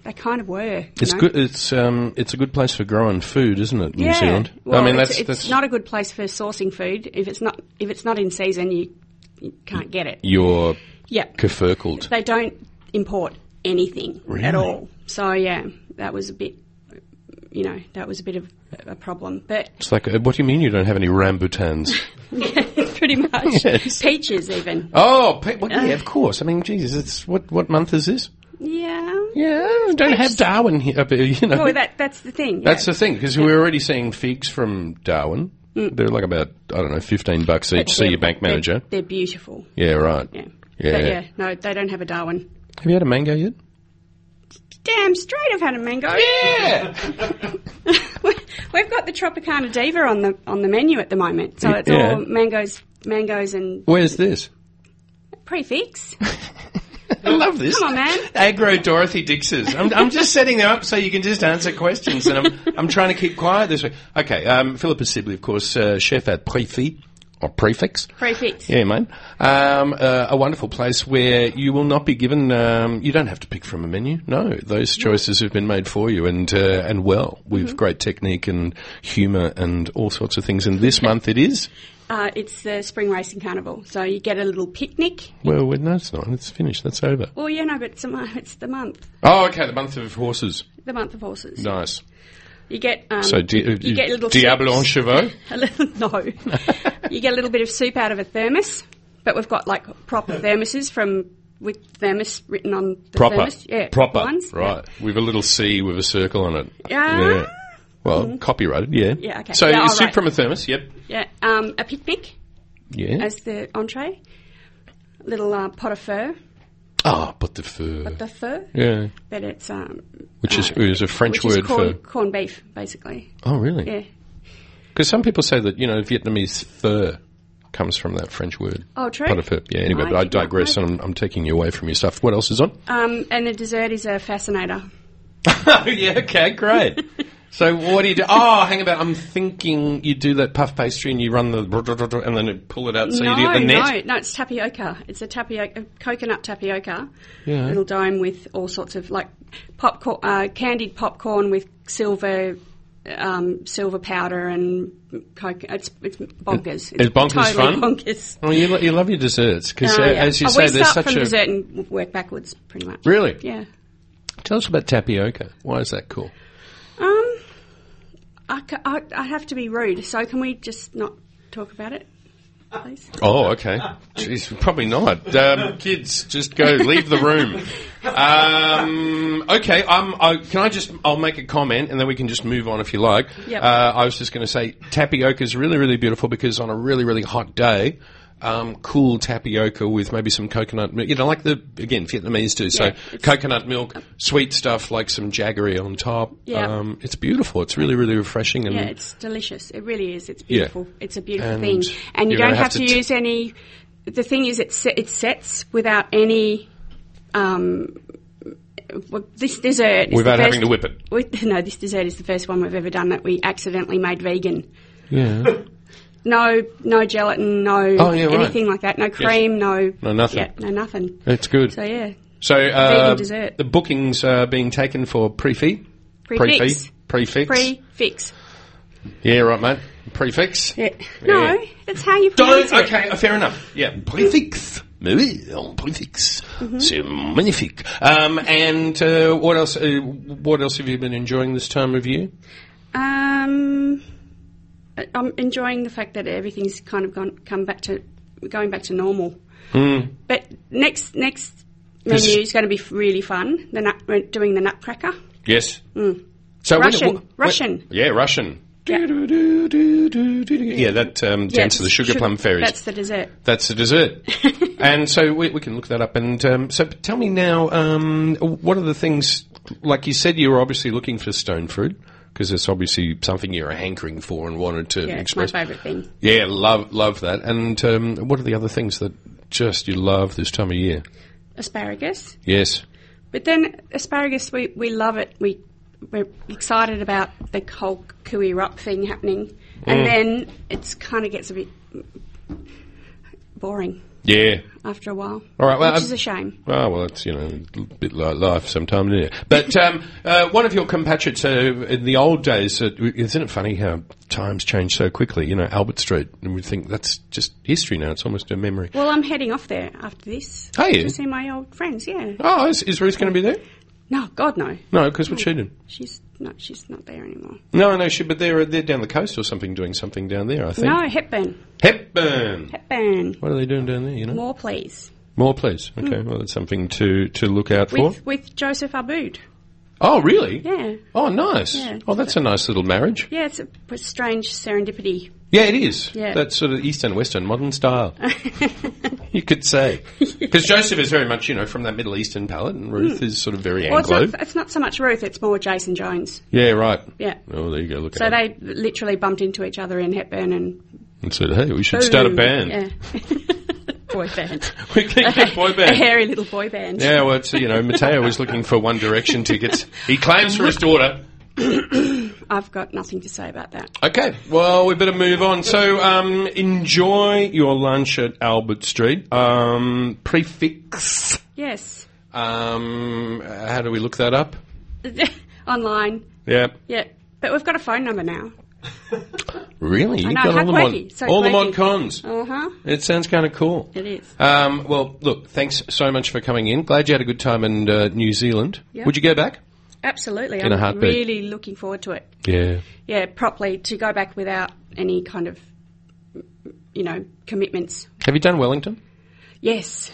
[SPEAKER 6] they kind of were. you
[SPEAKER 2] It's
[SPEAKER 6] know?
[SPEAKER 2] good. It's um. It's a good place for growing food, isn't it? New
[SPEAKER 6] Yeah.
[SPEAKER 2] Zealand.
[SPEAKER 6] Well,
[SPEAKER 2] I mean,
[SPEAKER 6] it's,
[SPEAKER 2] that's
[SPEAKER 6] it's
[SPEAKER 2] that's
[SPEAKER 6] not a good place for sourcing food. If it's not if it's not in season, you, you can't get it.
[SPEAKER 2] your
[SPEAKER 6] Yeah,
[SPEAKER 2] kefirkled.
[SPEAKER 6] they don't import anything at all. So yeah, that was a bit, you know, that was a bit of a problem. But
[SPEAKER 2] It's like, uh, what do you mean you don't have any rambutans?
[SPEAKER 6] pretty much
[SPEAKER 2] Yes.
[SPEAKER 6] peaches even.
[SPEAKER 2] oh, pe- well, yeah, of course. I mean, Jesus, it's what what month is this?
[SPEAKER 6] Yeah.
[SPEAKER 2] Yeah, don't have Darwin here. Up here you know,
[SPEAKER 6] Well, that that's the thing.
[SPEAKER 2] that's the thing because we're already seeing figs from Darwin.
[SPEAKER 6] Mm.
[SPEAKER 2] They're like about I don't know, fifteen bucks each. See your bank manager.
[SPEAKER 6] They're, beautiful.
[SPEAKER 2] Yeah, right.
[SPEAKER 6] Yeah.
[SPEAKER 2] Yeah.
[SPEAKER 6] But yeah, no, they don't have a Darwin.
[SPEAKER 2] Have you had a mango yet?
[SPEAKER 6] Damn straight, I've had a mango.
[SPEAKER 2] Yeah.
[SPEAKER 6] We've got the Tropicana Diva on the on the menu at the moment, so it's
[SPEAKER 2] Yeah.
[SPEAKER 6] all mangoes, mangoes and
[SPEAKER 2] Where's this?
[SPEAKER 6] prefix.
[SPEAKER 2] I love this.
[SPEAKER 6] Come on, man.
[SPEAKER 2] Agro Dorothy Dixes. I'm, I'm just setting them up so you can just answer questions, and I'm, I'm trying to keep quiet this week. Okay, um, Philippa Sibley, of course, uh, chef at Prefix, or Prefix.
[SPEAKER 6] Prefix.
[SPEAKER 2] Yeah, mate. Um, uh, a wonderful place where you will not be given. Um, you don't have to pick from a menu. No, those choices have been made for you, and uh, and well, with
[SPEAKER 6] Mm-hmm.
[SPEAKER 2] great technique and humour and all sorts of things. And this month it is.
[SPEAKER 6] Uh, it's the spring racing carnival, so you get a little picnic.
[SPEAKER 2] Well, well, no, it's not. It's finished. That's over.
[SPEAKER 6] Well, yeah, no, but it's, a, mon- it's the month,
[SPEAKER 2] Oh, okay. The month of horses.
[SPEAKER 6] the month of horses.
[SPEAKER 2] Nice.
[SPEAKER 6] You get um,
[SPEAKER 2] So, di-
[SPEAKER 6] you get little
[SPEAKER 2] Diablo en
[SPEAKER 6] slips.
[SPEAKER 2] Chevaux.
[SPEAKER 6] A little, no. you get a little bit of soup out of a thermos, but we've got like proper thermoses from with thermos written on the
[SPEAKER 2] Proper.
[SPEAKER 6] thermos. Yeah,
[SPEAKER 2] Proper.
[SPEAKER 6] ones.
[SPEAKER 2] Right. With a little C with a circle on it.
[SPEAKER 6] Yeah. Mm-hmm.
[SPEAKER 2] Well, copyrighted, yeah.
[SPEAKER 6] Yeah, okay.
[SPEAKER 2] So
[SPEAKER 6] Yeah,
[SPEAKER 2] you
[SPEAKER 6] all
[SPEAKER 2] soup
[SPEAKER 6] right.
[SPEAKER 2] from a thermos, yep.
[SPEAKER 6] Yeah, um, a picnic
[SPEAKER 2] Yeah.
[SPEAKER 6] as the entree. Little uh, pot of fur,
[SPEAKER 2] Ah, but the fur.
[SPEAKER 6] the fur,
[SPEAKER 2] yeah.
[SPEAKER 6] but it's um,
[SPEAKER 2] Which is, is a French
[SPEAKER 6] which is
[SPEAKER 2] word
[SPEAKER 6] corn,
[SPEAKER 2] for.
[SPEAKER 6] corned beef, basically.
[SPEAKER 2] Oh, really?
[SPEAKER 6] Yeah.
[SPEAKER 2] Because some people say that, you know, Vietnamese fur comes from that French word.
[SPEAKER 6] Oh, true.
[SPEAKER 2] Pot of fur. Yeah, anyway,
[SPEAKER 6] I
[SPEAKER 2] but I
[SPEAKER 6] did not
[SPEAKER 2] digress
[SPEAKER 6] know
[SPEAKER 2] and I'm, I'm taking you away from your stuff. What else is on?
[SPEAKER 6] Um, and the dessert is a fascinator.
[SPEAKER 2] Oh, yeah, okay, great. So what do you do? Oh, hang about. I'm thinking you do that puff pastry and you run the and then it pull it out so
[SPEAKER 6] no,
[SPEAKER 2] you do the net.
[SPEAKER 6] no, no, it's tapioca. It's a tapioca, coconut tapioca.
[SPEAKER 2] Yeah.
[SPEAKER 6] Little dome with all sorts of like popcorn, uh, candied popcorn with silver, um, silver powder and coke. It's it's bonkers. It's
[SPEAKER 2] bonkers
[SPEAKER 6] totally
[SPEAKER 2] fun?
[SPEAKER 6] Bonkers.
[SPEAKER 2] Well, you, lo- you love your desserts because,
[SPEAKER 6] Uh,
[SPEAKER 2] uh,
[SPEAKER 6] yeah.
[SPEAKER 2] as you
[SPEAKER 6] Oh,
[SPEAKER 2] say,
[SPEAKER 6] we
[SPEAKER 2] there's
[SPEAKER 6] start
[SPEAKER 2] such
[SPEAKER 6] from
[SPEAKER 2] a
[SPEAKER 6] dessert and w- work backwards, pretty much.
[SPEAKER 2] really.
[SPEAKER 6] Yeah.
[SPEAKER 2] Tell us about tapioca. Why is that cool?
[SPEAKER 6] Um, I, ca- I, I have to be rude, so can we just not talk about it, please?
[SPEAKER 2] Oh, okay. Jeez, probably not. Um, kids, just go leave the room. Um, okay, um, I, can I just? I'll make a comment, and then we can just move on if you like.
[SPEAKER 6] Yep.
[SPEAKER 2] Uh, I was just going to say tapioca is really, really beautiful because on a really, really hot day. Um, cool tapioca with maybe some coconut milk. You know, like the, again, Vietnamese do. So,
[SPEAKER 6] Yeah, it's-
[SPEAKER 2] coconut milk, sweet stuff like some jaggery on top.
[SPEAKER 6] Yeah.
[SPEAKER 2] Um, it's beautiful. It's really, really refreshing. And
[SPEAKER 6] Yeah, it's delicious. It really is. It's beautiful. It's a beautiful
[SPEAKER 2] Mm. And
[SPEAKER 6] thing, and you
[SPEAKER 2] you're gonna
[SPEAKER 6] don't
[SPEAKER 2] have
[SPEAKER 6] have,
[SPEAKER 2] to
[SPEAKER 6] to,
[SPEAKER 2] t-
[SPEAKER 6] use any. The thing is, it se- it sets without any. Um, well, this dessert is
[SPEAKER 2] Without
[SPEAKER 6] the
[SPEAKER 2] having
[SPEAKER 6] first-
[SPEAKER 2] to whip it.
[SPEAKER 6] we- no, this dessert is the first one we've ever done that we accidentally made vegan.
[SPEAKER 2] yeah.
[SPEAKER 6] No, no gelatin, no
[SPEAKER 2] Oh, yeah, right.
[SPEAKER 6] anything like that. No cream, no
[SPEAKER 2] No, nothing.
[SPEAKER 6] Yeah, no nothing.
[SPEAKER 2] It's good.
[SPEAKER 6] So yeah,
[SPEAKER 2] So uh,
[SPEAKER 6] Vegan dessert.
[SPEAKER 2] the bookings are being taken for pre-fee.
[SPEAKER 6] prefix,
[SPEAKER 2] Prefix.
[SPEAKER 6] prefix.
[SPEAKER 2] Yeah, right, mate. Prefix.
[SPEAKER 6] Yeah. No,
[SPEAKER 2] Yeah.
[SPEAKER 6] it's how you pronounce
[SPEAKER 2] Don't.
[SPEAKER 6] it.
[SPEAKER 2] Okay, uh, fair enough. Yeah, prefix. Oui, on prefix.
[SPEAKER 6] Mm-hmm.
[SPEAKER 2] C'est magnifique. Um, and uh, what else? Uh, what else have you been enjoying this time of year?
[SPEAKER 6] Um, I- I'm enjoying the fact that everything's kind of gone come back to going back to normal.
[SPEAKER 2] Hmm.
[SPEAKER 6] But next next menu is going to be f- really fun. The nut, we're doing the Nutcracker,
[SPEAKER 2] Yes. So when-
[SPEAKER 6] Mm. Russian,
[SPEAKER 2] wh- wh-
[SPEAKER 6] Russian.
[SPEAKER 2] yeah, Russian.
[SPEAKER 6] Yeah.
[SPEAKER 2] Yeah, that um,
[SPEAKER 6] Yeah,
[SPEAKER 2] dance of the sugar
[SPEAKER 6] sug-
[SPEAKER 2] plum fairies.
[SPEAKER 6] That's the dessert.
[SPEAKER 2] That's the dessert. and so we, we can look that up. And um, so tell me now, um, what are the things, like you said, you were obviously looking for stone fruit. Because it's obviously something you're hankering for and wanted to
[SPEAKER 6] Yeah, it's my
[SPEAKER 2] express.
[SPEAKER 6] favourite thing.
[SPEAKER 2] Yeah, love love that. And um, what are the other things that just you love this time of year?
[SPEAKER 6] Asparagus.
[SPEAKER 2] Yes.
[SPEAKER 6] But then asparagus, we, we love it. We we're excited about the whole kui rup thing happening,
[SPEAKER 2] Mm.
[SPEAKER 6] and then it's kind of gets a bit boring
[SPEAKER 2] Yeah.
[SPEAKER 6] after a while.
[SPEAKER 2] All right, well,
[SPEAKER 6] which
[SPEAKER 2] um,
[SPEAKER 6] is a shame.
[SPEAKER 2] Oh, well, it's, you know, a bit like life sometimes, isn't it? But um, uh, one of your compatriots uh, in the old days, uh, isn't it funny how times change so quickly? You know, Albert Street, and we think that's just history now. It's almost a memory.
[SPEAKER 6] Well, I'm heading off there after this.
[SPEAKER 2] Are you?
[SPEAKER 6] To see my old friends, yeah.
[SPEAKER 2] Oh, is, is Ruth going to be there?
[SPEAKER 6] No, God, no.
[SPEAKER 2] No, because what's she doing?
[SPEAKER 6] She's no, she's not there anymore.
[SPEAKER 2] No, no, she, but they're, they're down the coast or something, doing something down there, I think.
[SPEAKER 6] No, Hepburn.
[SPEAKER 2] Hepburn!
[SPEAKER 6] Hepburn.
[SPEAKER 2] What are they doing down there, you know?
[SPEAKER 6] More, please.
[SPEAKER 2] More, please. Okay, well, that's something to, to look out for.
[SPEAKER 6] Hmm. With with Joseph Aboud.
[SPEAKER 2] Oh, really?
[SPEAKER 6] Yeah.
[SPEAKER 2] Oh, nice.
[SPEAKER 6] Yeah.
[SPEAKER 2] Oh, that's a nice little marriage.
[SPEAKER 6] Yeah, it's a p- strange serendipity.
[SPEAKER 2] Yeah, it is.
[SPEAKER 6] Yeah.
[SPEAKER 2] That's sort of Eastern Western modern style. you could say. Because Joseph is very much, you know, from that Middle Eastern palette, and
[SPEAKER 6] Hmm.
[SPEAKER 2] Ruth is sort of very
[SPEAKER 6] Well, it's
[SPEAKER 2] Anglo.
[SPEAKER 6] not, it's not so much Ruth, it's more Jason Jones.
[SPEAKER 2] yeah, right.
[SPEAKER 6] Yeah.
[SPEAKER 2] Oh, there you go. Look
[SPEAKER 6] So
[SPEAKER 2] at that.
[SPEAKER 6] they literally bumped into each other in Hepburn and
[SPEAKER 2] And said, hey, we should start a
[SPEAKER 6] Boom.
[SPEAKER 2] band.
[SPEAKER 6] Yeah. boy band.
[SPEAKER 2] We can get boy
[SPEAKER 6] A
[SPEAKER 2] band.
[SPEAKER 6] hairy little boy band.
[SPEAKER 2] Yeah, well, it's, you know, Matteo is looking for One Direction tickets. He claims for his daughter.
[SPEAKER 6] I've got nothing to say about that.
[SPEAKER 2] Okay, well, we better move on. So, um, enjoy your lunch at Albert Street. Um, prefix.
[SPEAKER 6] Yes.
[SPEAKER 2] Um, how do we look that up?
[SPEAKER 6] Online.
[SPEAKER 2] Yeah.
[SPEAKER 6] Yeah. But we've got a phone number now.
[SPEAKER 2] Really? You've
[SPEAKER 6] know,
[SPEAKER 2] got
[SPEAKER 6] how
[SPEAKER 2] all the mod,
[SPEAKER 6] quirky, so
[SPEAKER 2] all the mod
[SPEAKER 6] quirky.
[SPEAKER 2] cons.
[SPEAKER 6] Uh huh.
[SPEAKER 2] It sounds kind of cool.
[SPEAKER 6] It is.
[SPEAKER 2] Um, well, look, thanks so much for coming in. Glad you had a good time in uh, New Zealand.
[SPEAKER 6] Yeah.
[SPEAKER 2] Would you go back?
[SPEAKER 6] Absolutely.
[SPEAKER 2] In a
[SPEAKER 6] I'm
[SPEAKER 2] heartbeat.
[SPEAKER 6] really looking forward to it.
[SPEAKER 2] Yeah.
[SPEAKER 6] Yeah, properly to go back without any kind of, you know, commitments.
[SPEAKER 2] Have you done Wellington?
[SPEAKER 6] Yes.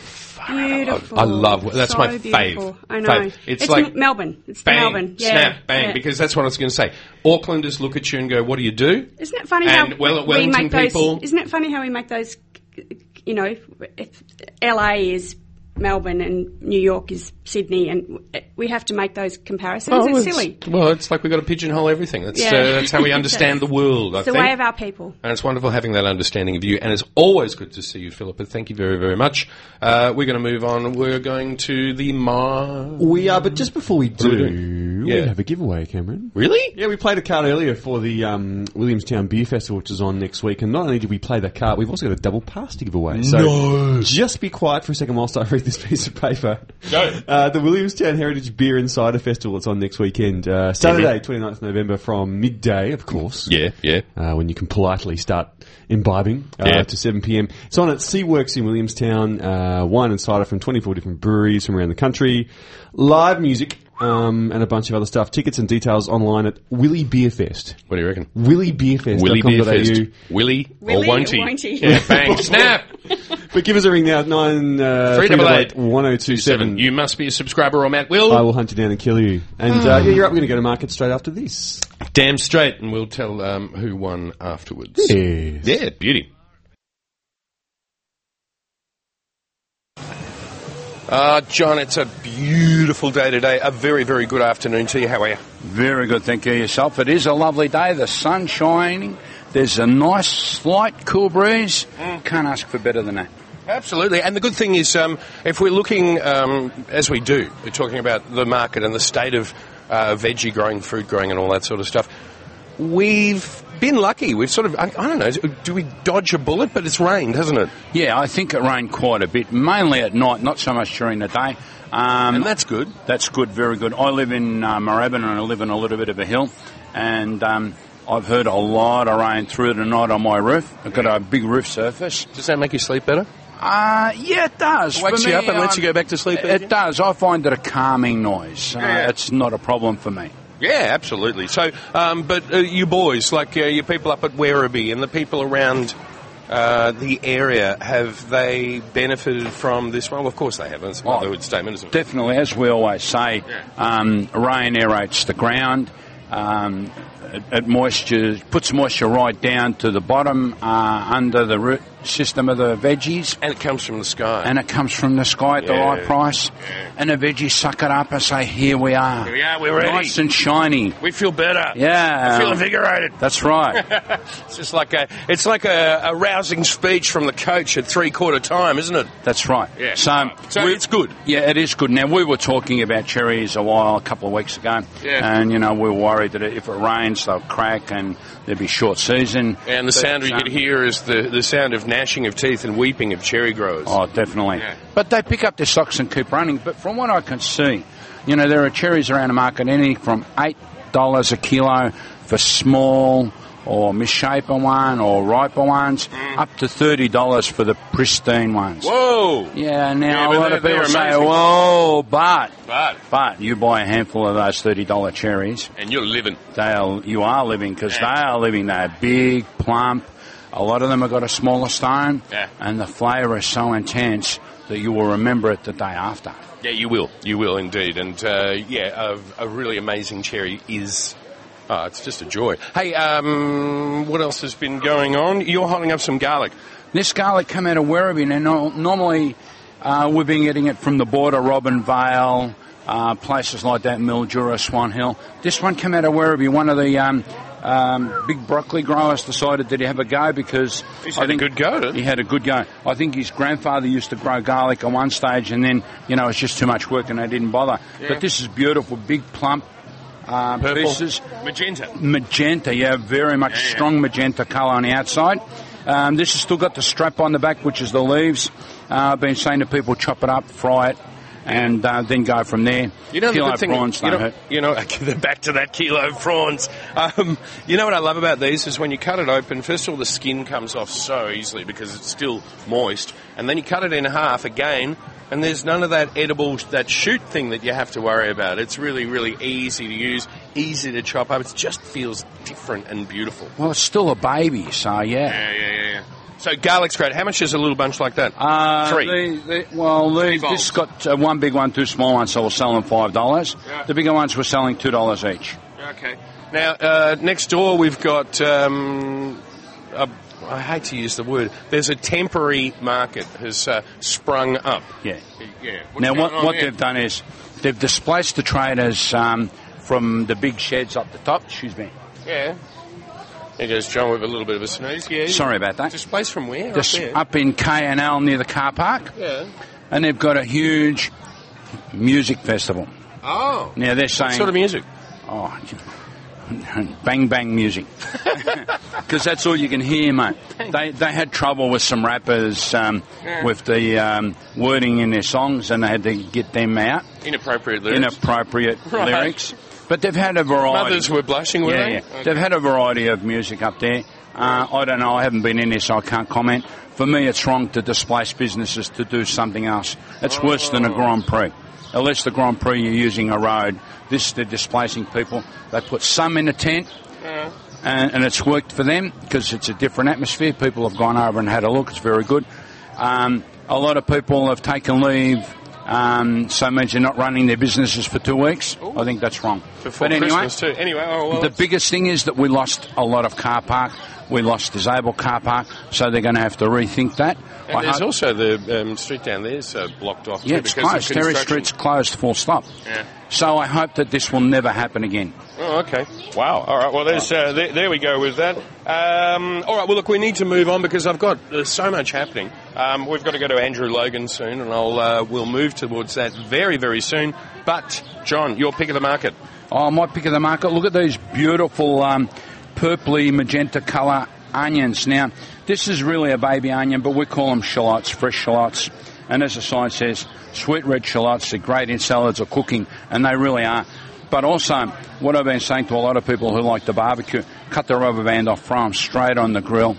[SPEAKER 6] Beautiful.
[SPEAKER 2] I love that's
[SPEAKER 6] So
[SPEAKER 2] my
[SPEAKER 6] beautiful.
[SPEAKER 2] fave.
[SPEAKER 6] I know.
[SPEAKER 2] Fave. It's,
[SPEAKER 6] It's,
[SPEAKER 2] like
[SPEAKER 6] M- Melbourne. It's the
[SPEAKER 2] bang,
[SPEAKER 6] Melbourne. Yeah.
[SPEAKER 2] snap, bang.
[SPEAKER 6] yeah.
[SPEAKER 2] Because that's what I was going to say. Aucklanders look at you and go, "What do you do?"
[SPEAKER 6] Isn't it funny
[SPEAKER 2] And
[SPEAKER 6] how
[SPEAKER 2] Well-
[SPEAKER 6] we
[SPEAKER 2] Wellington
[SPEAKER 6] make those?
[SPEAKER 2] people-
[SPEAKER 6] Isn't it funny how we make those? You know, if LA is Melbourne and New York is Sydney, and we have to make those comparisons. it's silly.
[SPEAKER 2] well, it's like we've got to pigeonhole everything. That's
[SPEAKER 6] Yeah.
[SPEAKER 2] uh, that's how we understand the world. I
[SPEAKER 6] It's the
[SPEAKER 2] think.
[SPEAKER 6] way of our people.
[SPEAKER 2] and it's wonderful having that understanding of you, and it's always good to see you, Philippa. Thank you very, very much. Uh, we're going to move on. We're going to the Mar.
[SPEAKER 3] We are, but just before we do,
[SPEAKER 2] we
[SPEAKER 3] we,
[SPEAKER 2] Yeah.
[SPEAKER 3] have a giveaway, Cameron.
[SPEAKER 2] Really?
[SPEAKER 3] Yeah, we played a card earlier for the um, Williamstown Beer Festival, which is on next week. And not only did we play the card, we've also got a double pass to give away. So just be quiet for a second whilst I read this piece of paper.
[SPEAKER 2] Go.
[SPEAKER 3] Uh, the Williamstown Heritage Beer and Cider Festival. It's on next weekend, uh, Saturday, 29th November, from midday, of course
[SPEAKER 2] Yeah, yeah.
[SPEAKER 3] uh, when you can politely start imbibing uh,
[SPEAKER 2] Yeah.
[SPEAKER 3] to 7 p.m. It's on at Seaworks in Williamstown. Uh, wine and cider from 24 different breweries from around the country. Live music um, and a bunch of other stuff. Tickets and details online at Willy Beer Fest.
[SPEAKER 2] What do you reckon?
[SPEAKER 3] Willy Beer Fest.
[SPEAKER 2] Willy
[SPEAKER 3] dot com
[SPEAKER 2] Beer
[SPEAKER 3] dot
[SPEAKER 2] Fest.
[SPEAKER 3] au.
[SPEAKER 2] Willy or
[SPEAKER 6] Willy or
[SPEAKER 2] won't he?
[SPEAKER 6] won't he?
[SPEAKER 2] Yeah, bang, snap!
[SPEAKER 3] But give us a ring now at 9 uh,
[SPEAKER 2] 388
[SPEAKER 3] 1027.
[SPEAKER 2] You must be a subscriber or Matt will.
[SPEAKER 3] I will hunt you down and kill you. And uh,
[SPEAKER 2] Mm.
[SPEAKER 3] yeah, you're up. We're going to go to market straight after this.
[SPEAKER 2] Damn straight, and we'll tell um, who won afterwards.
[SPEAKER 3] Yes.
[SPEAKER 2] Yeah, beauty. Uh, John, it's a beautiful day today. A very, very good afternoon to you. How are you?
[SPEAKER 7] Very good, thank you yourself. It is a lovely day, the sun shining, there's a nice, slight cool breeze. Can't ask for better than that.
[SPEAKER 2] Absolutely. And the good thing is, um, if we're looking, um, as we do, we're talking about the market and the state of uh, veggie growing, fruit growing, and all that sort of stuff. We've been lucky. We've sort of, I, I don't know, do we dodge a bullet? But it's rained, hasn't it?
[SPEAKER 7] Yeah, I think it rained quite a bit, mainly at night, not so much during the day. Um,
[SPEAKER 2] And that's good.
[SPEAKER 7] That's good, very good. I live in uh, Moorabbin and I live in a little bit of a hill, and um, I've heard a lot of rain through the night on my roof. I've got a big roof surface.
[SPEAKER 2] Does that make you sleep better?
[SPEAKER 7] Uh, yeah, it does.
[SPEAKER 2] Wakes
[SPEAKER 7] For
[SPEAKER 2] you
[SPEAKER 7] me,
[SPEAKER 2] up and lets
[SPEAKER 7] um,
[SPEAKER 2] you go back to sleep
[SPEAKER 7] It
[SPEAKER 2] easier?
[SPEAKER 7] does. I find it a calming noise. Uh,
[SPEAKER 2] Yeah.
[SPEAKER 7] It's not a problem for me.
[SPEAKER 2] Yeah, absolutely. So, um, but uh, you boys, like uh, your people up at Werribee and the people around uh, the area, have they benefited from this? Well, of course they have. That's a
[SPEAKER 7] Oh,
[SPEAKER 2] motherhood statement, isn't it?
[SPEAKER 7] Definitely, as we always say, um, rain aerates the ground. Um, it, it moisture puts moisture right down to the bottom uh, under the root system of the veggies,
[SPEAKER 2] and it comes from the sky.
[SPEAKER 7] and it comes from the sky at the
[SPEAKER 2] Yeah.
[SPEAKER 7] high price. And the veggies suck it up and say, "Here we are,
[SPEAKER 2] we are, we're ready."
[SPEAKER 7] nice and shiny."
[SPEAKER 2] we feel better.
[SPEAKER 7] Yeah.
[SPEAKER 2] we feel invigorated.
[SPEAKER 7] That's right.
[SPEAKER 2] It's just like a, it's like a, a rousing speech from the coach at three quarter time, isn't it?
[SPEAKER 7] That's right.
[SPEAKER 2] Yeah.
[SPEAKER 7] So,
[SPEAKER 2] So
[SPEAKER 7] we-
[SPEAKER 2] it's good.
[SPEAKER 7] Yeah, it is good. Now we were talking about cherries a while, a couple of weeks ago,
[SPEAKER 2] Yeah.
[SPEAKER 7] and you know we were worried that if it rains they'll crack and there'll be short season.
[SPEAKER 2] And the
[SPEAKER 7] But,
[SPEAKER 2] sound you
[SPEAKER 7] um,
[SPEAKER 2] could hear is the, the sound of gnashing of teeth and weeping of cherry growers.
[SPEAKER 7] Oh, definitely.
[SPEAKER 2] Yeah.
[SPEAKER 7] But they pick up their socks and keep running. But from what I can see, you know there are cherries around the market anything from eight dollars a kilo for small or misshapen one or riper ones, up to thirty dollars for the pristine ones.
[SPEAKER 2] Mm. Whoa!
[SPEAKER 7] Yeah,
[SPEAKER 2] Yeah,
[SPEAKER 7] now
[SPEAKER 2] but
[SPEAKER 7] a lot
[SPEAKER 2] they're-
[SPEAKER 7] of people
[SPEAKER 2] they're
[SPEAKER 7] say,
[SPEAKER 2] amazing.
[SPEAKER 7] "Whoa, but."
[SPEAKER 2] But
[SPEAKER 7] But you buy a handful of those thirty-dollar cherries,
[SPEAKER 2] and you're living.
[SPEAKER 7] they are, you are living because they are living. They're big, plump. A lot of them have got a smaller stone,
[SPEAKER 2] Yeah.
[SPEAKER 7] and the flavour is so intense that you will remember it the day after.
[SPEAKER 2] Yeah, you will. You will indeed. And uh, yeah, a, a really amazing cherry is. Oh, it's just a joy. Hey, um, what else has been going on? You're holding up some garlic.
[SPEAKER 7] This garlic come out of Werribee. Now, no, normally uh, we've been getting it from the border, Robin Vale, uh, places like that, Mildura, Swan Hill. This one came out of Werribee, one of the um, um, big broccoli growers decided that he have a go because
[SPEAKER 2] He's had a good go, didn't he?
[SPEAKER 7] He had a good go. I think his grandfather used to grow garlic at one stage, and then you know it's just too much work, and they didn't bother. But this is beautiful, big plump. Um,
[SPEAKER 2] Purple.
[SPEAKER 7] pieces
[SPEAKER 2] Magenta.
[SPEAKER 7] magenta, yeah, very much
[SPEAKER 2] Yeah, yeah.
[SPEAKER 7] strong magenta colour on the outside. Um, this has still got the strap on the back, which is the leaves. Uh, I've been saying to people, chop it up, fry it, and uh, then go from there.
[SPEAKER 2] You know, the
[SPEAKER 7] Kilo
[SPEAKER 2] good thing,
[SPEAKER 7] prawns
[SPEAKER 2] you
[SPEAKER 7] don't
[SPEAKER 2] know,
[SPEAKER 7] hurt.
[SPEAKER 2] you know back to that kilo of prawns. Um, you know what I love about these is when you cut it open, first of all, the skin comes off so easily because it's still moist, and then you cut it in half again, and there's none of that edible, that shoot thing that you have to worry about. It's really, really easy to use, easy to chop up. It just feels different and beautiful.
[SPEAKER 7] Well, it's still a baby, so yeah.
[SPEAKER 2] Yeah, yeah, yeah. yeah. So garlic's great. How much is a little bunch like that?
[SPEAKER 7] Uh,
[SPEAKER 2] Three.
[SPEAKER 7] the- the- well, the-
[SPEAKER 2] Three
[SPEAKER 7] this got uh, one big one, two small ones, so we're selling five dollars.
[SPEAKER 2] Yeah.
[SPEAKER 7] The bigger ones we're selling two dollars each.
[SPEAKER 2] Okay. Now, uh, next door we've got. Um, a, I hate to use the word. There's a temporary market has uh, sprung up.
[SPEAKER 7] Yeah.
[SPEAKER 2] Yeah.
[SPEAKER 7] now, what, what they've done is they've displaced the traders um, from the big sheds up the top. Excuse me.
[SPEAKER 2] Yeah. There goes John with a little bit of a sneeze. Yeah.
[SPEAKER 7] Sorry about that.
[SPEAKER 2] Displaced from where?
[SPEAKER 7] This-
[SPEAKER 2] up there.
[SPEAKER 7] up in K&L near the car park,
[SPEAKER 2] Yeah.
[SPEAKER 7] and they've got a huge music festival.
[SPEAKER 2] Oh.
[SPEAKER 7] Now they're saying,
[SPEAKER 2] What sort of music?
[SPEAKER 7] oh, bang bang music, because that's all you can hear, mate. They they had trouble with some rappers um, with the um, wording in their songs, and they had to get them out
[SPEAKER 2] Inappropriate lyrics.
[SPEAKER 7] inappropriate
[SPEAKER 2] Right.
[SPEAKER 7] lyrics. But they've had a variety.
[SPEAKER 2] Mothers were blushing, were
[SPEAKER 7] yeah,
[SPEAKER 2] they?
[SPEAKER 7] yeah.
[SPEAKER 2] Okay.
[SPEAKER 7] They've had a variety of music up there. Uh, I don't know. I haven't been in there, so I can't comment. For me, it's wrong to displace businesses to do something else. It's worse than a Grand Prix. Unless the Grand Prix you're using a road, this they're displacing people. They put some in a tent, and, and it's worked for them because it's a different atmosphere. People have gone over and had a look. It's very good. Um, a lot of people have taken leave, um, so it means they're not running their businesses for two weeks. I think that's wrong.
[SPEAKER 2] Before
[SPEAKER 7] but anyway,
[SPEAKER 2] Christmas too. Anyway, oh well.
[SPEAKER 7] the biggest thing is that we lost a lot of car park. We lost disabled car park, so they're going to have to rethink that.
[SPEAKER 2] and
[SPEAKER 7] I
[SPEAKER 2] there's
[SPEAKER 7] hope-
[SPEAKER 2] also the um, street down there's uh, blocked off.
[SPEAKER 7] yeah,
[SPEAKER 2] too
[SPEAKER 7] it's
[SPEAKER 2] because of
[SPEAKER 7] closed. Terry
[SPEAKER 2] construction.
[SPEAKER 7] Street's closed, full stop.
[SPEAKER 2] Yeah.
[SPEAKER 7] So I hope that this will never happen again.
[SPEAKER 2] Oh, okay. Wow. All right. Well, there's uh, there, there we go with that. Um, all right. Well, look, we need to move on because I've got there's so much happening. Um, we've got to go to Andrew Logan soon, and I'll uh, we'll move towards that very very soon. But John, your pick of the market.
[SPEAKER 7] Oh, my pick of the market. Look at these beautiful um, purpley magenta colour onions. Now, this is really a baby onion, but we call them shallots, fresh shallots. And as the sign says, sweet red shallots are great in salads or cooking, and they really are. But also, what I've been saying to a lot of people who like to barbecue, cut the rubber band off, throw 'em straight on the grill,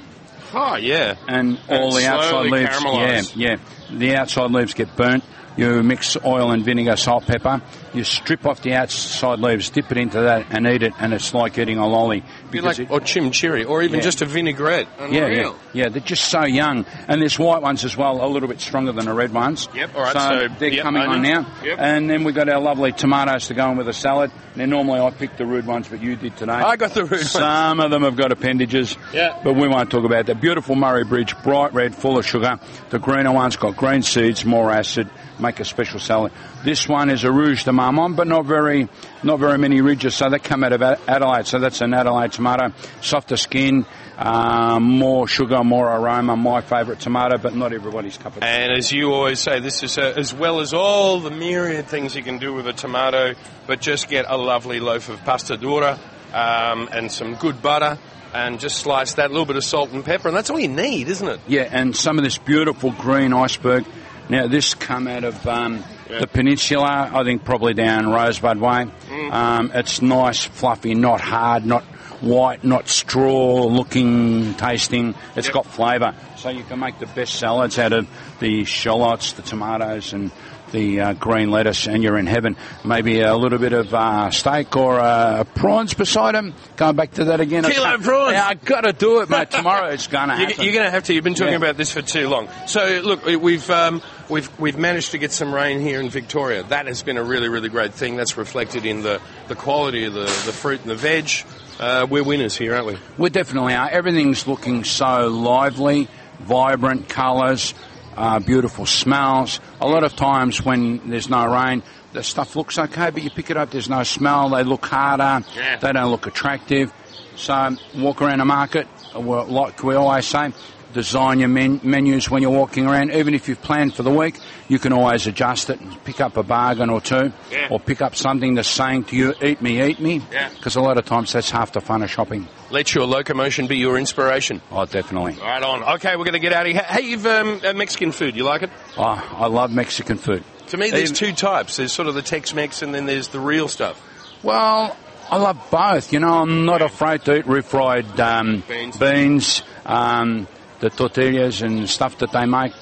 [SPEAKER 2] Oh yeah.
[SPEAKER 7] and
[SPEAKER 2] And
[SPEAKER 7] all the outside
[SPEAKER 2] slowly
[SPEAKER 7] leaves.
[SPEAKER 2] caramelise.
[SPEAKER 7] Yeah, yeah. The outside leaves get burnt. You mix oil and vinegar, salt, pepper. You strip off the outside leaves, dip it into that, and eat it. And it's like eating a lolly
[SPEAKER 2] Be
[SPEAKER 7] because
[SPEAKER 2] like
[SPEAKER 7] it,
[SPEAKER 2] or chimichurri, or even
[SPEAKER 7] Yeah.
[SPEAKER 2] just a vinaigrette.
[SPEAKER 7] yeah,
[SPEAKER 2] Unreal.
[SPEAKER 7] yeah, yeah. They're just so young, and there's white ones as well, a little bit stronger than the red ones.
[SPEAKER 2] Yep, all right, so,
[SPEAKER 7] they're
[SPEAKER 2] yep,
[SPEAKER 7] coming on
[SPEAKER 2] onions.
[SPEAKER 7] now,
[SPEAKER 2] Yep.
[SPEAKER 7] and then we have got our lovely tomatoes to go in with a salad. Now, normally I pick the rude ones, but you did today.
[SPEAKER 2] I got the rude ones.
[SPEAKER 7] Some of them have got appendages,
[SPEAKER 2] Yeah.
[SPEAKER 7] but we won't talk about that. Beautiful Murray Bridge, bright red, full of sugar. The greener one's got green seeds, more acid. Make a special salad. This one is a Rouge de Marmont, but not very, not very many ridges. So they come out of A- Adelaide. So that's an Adelaide tomato, softer skin, um, more sugar, more aroma. My favourite tomato, but not everybody's cup of tea.
[SPEAKER 2] And as you always say, this is uh as well as all the myriad things you can do with a tomato, but just get a lovely loaf of pasta dura um, and some good butter and just slice that little bit of salt and pepper, and that's all you need, isn't it?
[SPEAKER 7] Yeah, and some of this beautiful green iceberg. Now, this come out of um, the peninsula, I think probably down Rosebud Way.
[SPEAKER 2] Mm.
[SPEAKER 7] Um, it's nice, fluffy, not hard, not white, not straw looking, tasting. It's got flavour. So you can make the best salads out of the shallots, the tomatoes, and the uh, green lettuce, and you're in heaven. Maybe a little bit of uh, steak or uh, prawns beside them. Going back to that again. I
[SPEAKER 2] Kilo
[SPEAKER 7] can't-
[SPEAKER 2] prawns.
[SPEAKER 7] Yeah, i got to do it, mate. Tomorrow it's going to
[SPEAKER 2] You,
[SPEAKER 7] happen.
[SPEAKER 2] you're going to have to. You've been talking
[SPEAKER 7] Yeah.
[SPEAKER 2] about this for too long. So look, we- we've um, we've we've managed to get some rain here in Victoria. That has been a really really great thing. That's reflected in the the quality of the the fruit and the veg. Uh, we're winners here, aren't we?
[SPEAKER 7] We definitely are. Everything's looking so lively, vibrant colours, uh, beautiful smells. A lot of times when there's no rain, the stuff looks okay, but you pick it up, there's no smell, they look harder, they don't look attractive. So walk around the market, uh, well, like we always say, design your men- menus when you're walking around. Even if you've planned for the week, you can always adjust it and pick up a bargain or two,
[SPEAKER 8] Yeah.
[SPEAKER 7] or pick up something that's saying to you, eat me, eat me,
[SPEAKER 8] Yeah.
[SPEAKER 7] because a lot of times that's half the fun of shopping.
[SPEAKER 2] Let your locomotion be your inspiration.
[SPEAKER 7] Oh, definitely.
[SPEAKER 2] Right on. Okay, we're going to get out of here. Hey, you've um, uh, Mexican food. You like it?
[SPEAKER 7] Oh, I love Mexican food.
[SPEAKER 2] To me, there's
[SPEAKER 7] Even-
[SPEAKER 2] two types. There's sort of the Tex-Mex, and then there's the real stuff.
[SPEAKER 7] Well, I love both. You know, I'm not afraid to eat refried um,
[SPEAKER 2] Beans.
[SPEAKER 7] beans, um, the tortillas and stuff that they make.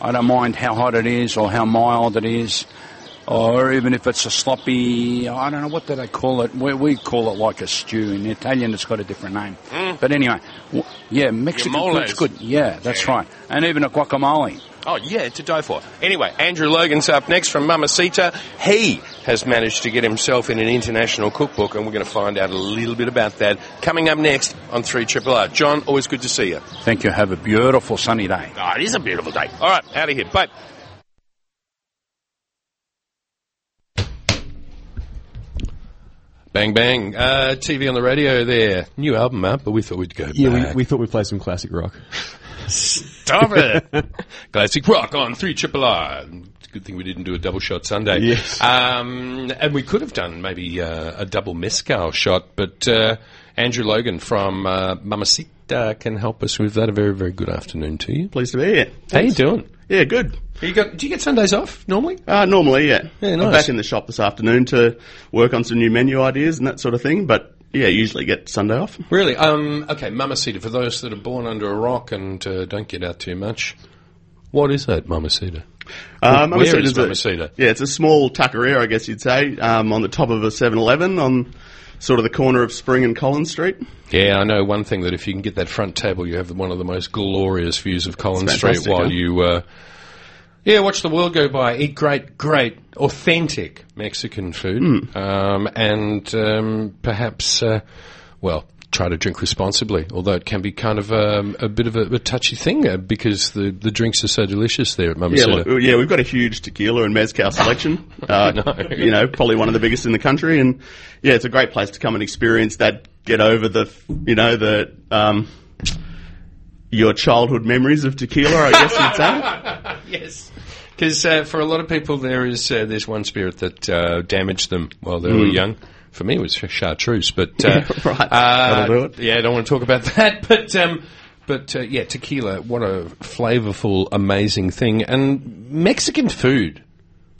[SPEAKER 7] I don't mind how hot it is or how mild it is, or even if it's a sloppy. I don't know what do they call it. We, we call it like a stew in Italian. It's got a different name. But anyway, w- yeah, Mexican
[SPEAKER 2] moles.
[SPEAKER 7] food's good. Yeah, that's right. And even a guacamole.
[SPEAKER 2] Oh, yeah, to die for. Anyway, Andrew Logan's up next from Mamacita. He has managed to get himself in an international cookbook, and we're going to find out a little bit about that coming up next on 3 Triple R. John, always good to see you.
[SPEAKER 7] Thank you. Have a beautiful sunny day.
[SPEAKER 2] Oh, it is a beautiful day. All right, out of here. Bye. Bang, bang. Uh, TV on the radio there. New album up, but we thought we'd go
[SPEAKER 3] Yeah,
[SPEAKER 2] back.
[SPEAKER 3] we, we thought we'd play some classic rock.
[SPEAKER 2] Stop it. Classic rock on 3 Triple R. Good thing we didn't do a double shot Sunday.
[SPEAKER 3] Yes.
[SPEAKER 2] Um, and we could have done maybe uh, a double mezcal shot, but uh, Andrew Logan from uh, Mamacita can help us with that. A very, very good afternoon to you.
[SPEAKER 9] Pleased to be here.
[SPEAKER 2] How you doing?
[SPEAKER 9] Yeah, good.
[SPEAKER 2] You got, do you get Sundays off normally?
[SPEAKER 9] Uh, normally, yeah.
[SPEAKER 2] Yeah, nice.
[SPEAKER 9] I'm back in the shop this afternoon to work on some new menu ideas and that sort of thing, but yeah, usually get Sunday off.
[SPEAKER 2] Really? Um, okay, Mamacita, for those that are born under a rock and uh, don't get out too much, what is that, Mamacita?
[SPEAKER 9] Um,
[SPEAKER 2] Where is
[SPEAKER 9] Mamacita's a-
[SPEAKER 2] Mamacita?
[SPEAKER 9] Yeah, it's a small taqueria, I guess you'd say, um, on the top of a 7-Eleven on sort of the corner of Spring and Collins Street.
[SPEAKER 2] Yeah, I know one thing that if you can get that front table, you have the- one of the most glorious views of Collins Street
[SPEAKER 9] fantastic,
[SPEAKER 2] while
[SPEAKER 9] huh?
[SPEAKER 2] you, uh, yeah, watch the world go by, eat great, great, authentic Mexican food,
[SPEAKER 9] Hmm.
[SPEAKER 2] um, and um, perhaps, uh, well, try to drink responsibly. Although it can be kind of um, a bit of a, a touchy thing uh, because the, the drinks are so delicious there at
[SPEAKER 9] Yeah,
[SPEAKER 2] Mamacita.
[SPEAKER 9] look, yeah, we've got a huge tequila and mezcal selection. Uh, You know, probably one of the biggest in the country, and yeah, it's a great place to come and experience that. Get over the, you know, the um, your childhood memories of tequila. I guess you'd say.
[SPEAKER 2] Yes. Because uh, for a lot of people, there is uh, there's one spirit that uh, damaged them while they were young. For me, it was chartreuse, but uh,
[SPEAKER 9] Hmm. Right.
[SPEAKER 2] uh,
[SPEAKER 9] That'll do it.
[SPEAKER 2] yeah, I don't want to talk about that. But um, but uh, yeah, tequila. What a flavorful, amazing thing. And Mexican food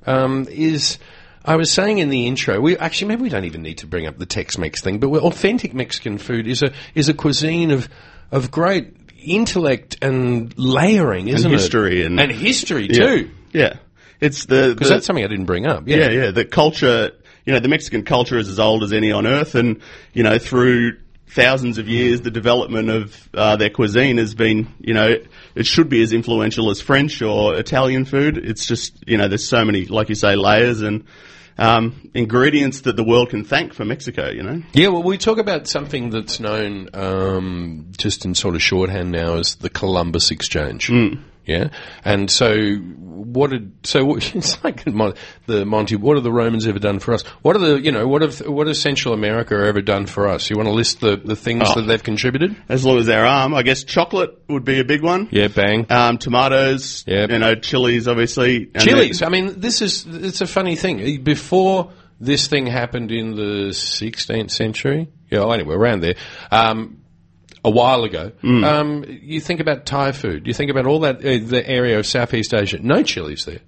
[SPEAKER 2] um, is. I was saying in the intro, we actually maybe we don't even need to bring up the Tex-Mex thing, but we're, authentic Mexican food is a is a cuisine of of great intellect and layering, isn't it?
[SPEAKER 9] history and-
[SPEAKER 2] and history
[SPEAKER 9] Yeah.
[SPEAKER 2] too.
[SPEAKER 9] Yeah, it's the
[SPEAKER 2] Because
[SPEAKER 9] the-
[SPEAKER 2] that's something I didn't bring up. Yeah.
[SPEAKER 9] Yeah, yeah. The culture, you know, the Mexican culture is as old as any on earth, and you know, through thousands of years, the development of uh, their cuisine has been, you know, it should be as influential as French or Italian food. It's just, you know, there's so many, like you say, layers and um, ingredients that the world can thank for Mexico. You know,
[SPEAKER 2] Yeah, well, we talk about something that's known um, just in sort of shorthand now as the Columbus Exchange. Yeah, and so what did so it's like in Mon- the Monty? What have the Romans ever done for us? What are the you know what have what has Central America ever done for us? You want to list the the things that they've contributed?
[SPEAKER 9] as long as they're arm, I guess chocolate would be a big one.
[SPEAKER 2] Yeah, bang.
[SPEAKER 9] Um, tomatoes,
[SPEAKER 2] Yep.
[SPEAKER 9] you know, chilies, obviously. and
[SPEAKER 2] Chilies.
[SPEAKER 9] then-
[SPEAKER 2] I mean, this is it's a funny thing. Before this thing happened in the 16th century, yeah, well, anyway, around there, um, a while ago, um, you think about Thai food. You think about all that uh, the area of Southeast Asia. No chilies there.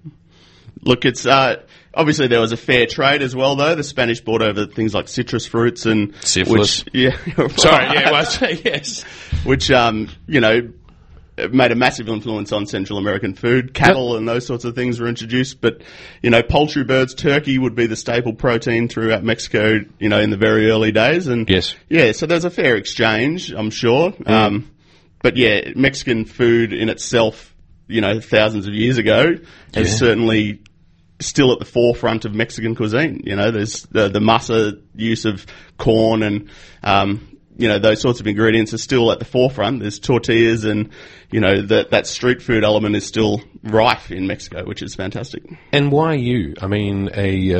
[SPEAKER 9] Look, it's uh, obviously there was a fair trade as well, though. The Spanish brought over things like citrus fruits and
[SPEAKER 2] Syphilis.
[SPEAKER 9] Which, yeah, right.
[SPEAKER 2] Sorry, yeah, well, yes.
[SPEAKER 9] which um, you know made a massive influence on Central American food. Cattle and those sorts of things were introduced, but you know, poultry, birds, turkey would be the staple protein throughout Mexico. You know, in the very early days, and
[SPEAKER 2] Yes. Mm.
[SPEAKER 9] yeah, so there's a fair exchange, I'm sure. Um, but yeah, Mexican food in itself, you know, thousands of years ago, is certainly still at the forefront of Mexican cuisine. You know, there's the, the masa use of corn and um, you know, those sorts of ingredients are still at the forefront. There's tortillas and, you know, that, that street food element is still rife in Mexico, which is fantastic.
[SPEAKER 2] And why you? I mean, a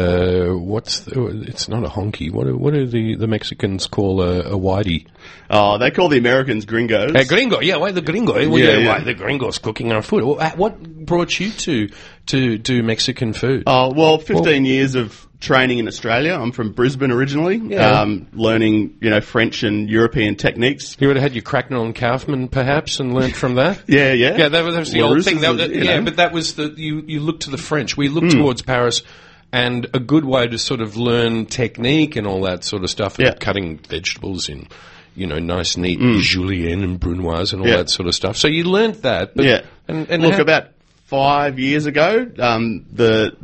[SPEAKER 2] uh, what's the, it's not a honky. What do- what do the, the Mexicans call a, a whitey?
[SPEAKER 9] Oh, they call the Americans gringos.
[SPEAKER 2] A gringo, yeah, why the gringo? eh? Well,
[SPEAKER 9] Yeah,
[SPEAKER 2] yeah,
[SPEAKER 9] yeah.
[SPEAKER 2] why the gringo's cooking our food. Well, uh, What brought you to to do Mexican food?
[SPEAKER 9] Oh, well, 15 years of training in Australia. I'm from Brisbane originally,
[SPEAKER 2] Yeah.
[SPEAKER 9] um, learning, you know, French and European techniques.
[SPEAKER 2] you would have had your Cracknell and Kaufman, perhaps, and learnt from that.
[SPEAKER 9] Yeah, yeah.
[SPEAKER 2] Yeah, that was, that was the
[SPEAKER 9] Well,
[SPEAKER 2] old
[SPEAKER 9] Roos
[SPEAKER 2] thing.
[SPEAKER 9] is
[SPEAKER 2] That,
[SPEAKER 9] a-
[SPEAKER 2] that-
[SPEAKER 9] you
[SPEAKER 2] yeah,
[SPEAKER 9] know. Hmm.
[SPEAKER 2] but that was the you. You look to the French. We look towards Paris, and a good way to sort of learn technique and all that sort of stuff.
[SPEAKER 9] Yeah. Hmm.
[SPEAKER 2] And cutting vegetables in, you know, nice neat julienne and brunoise and all
[SPEAKER 9] Yeah.
[SPEAKER 2] that sort of stuff. So you learnt that. But,
[SPEAKER 9] Yeah.
[SPEAKER 2] and, and
[SPEAKER 9] Look,
[SPEAKER 2] how-
[SPEAKER 9] about five years ago, um, the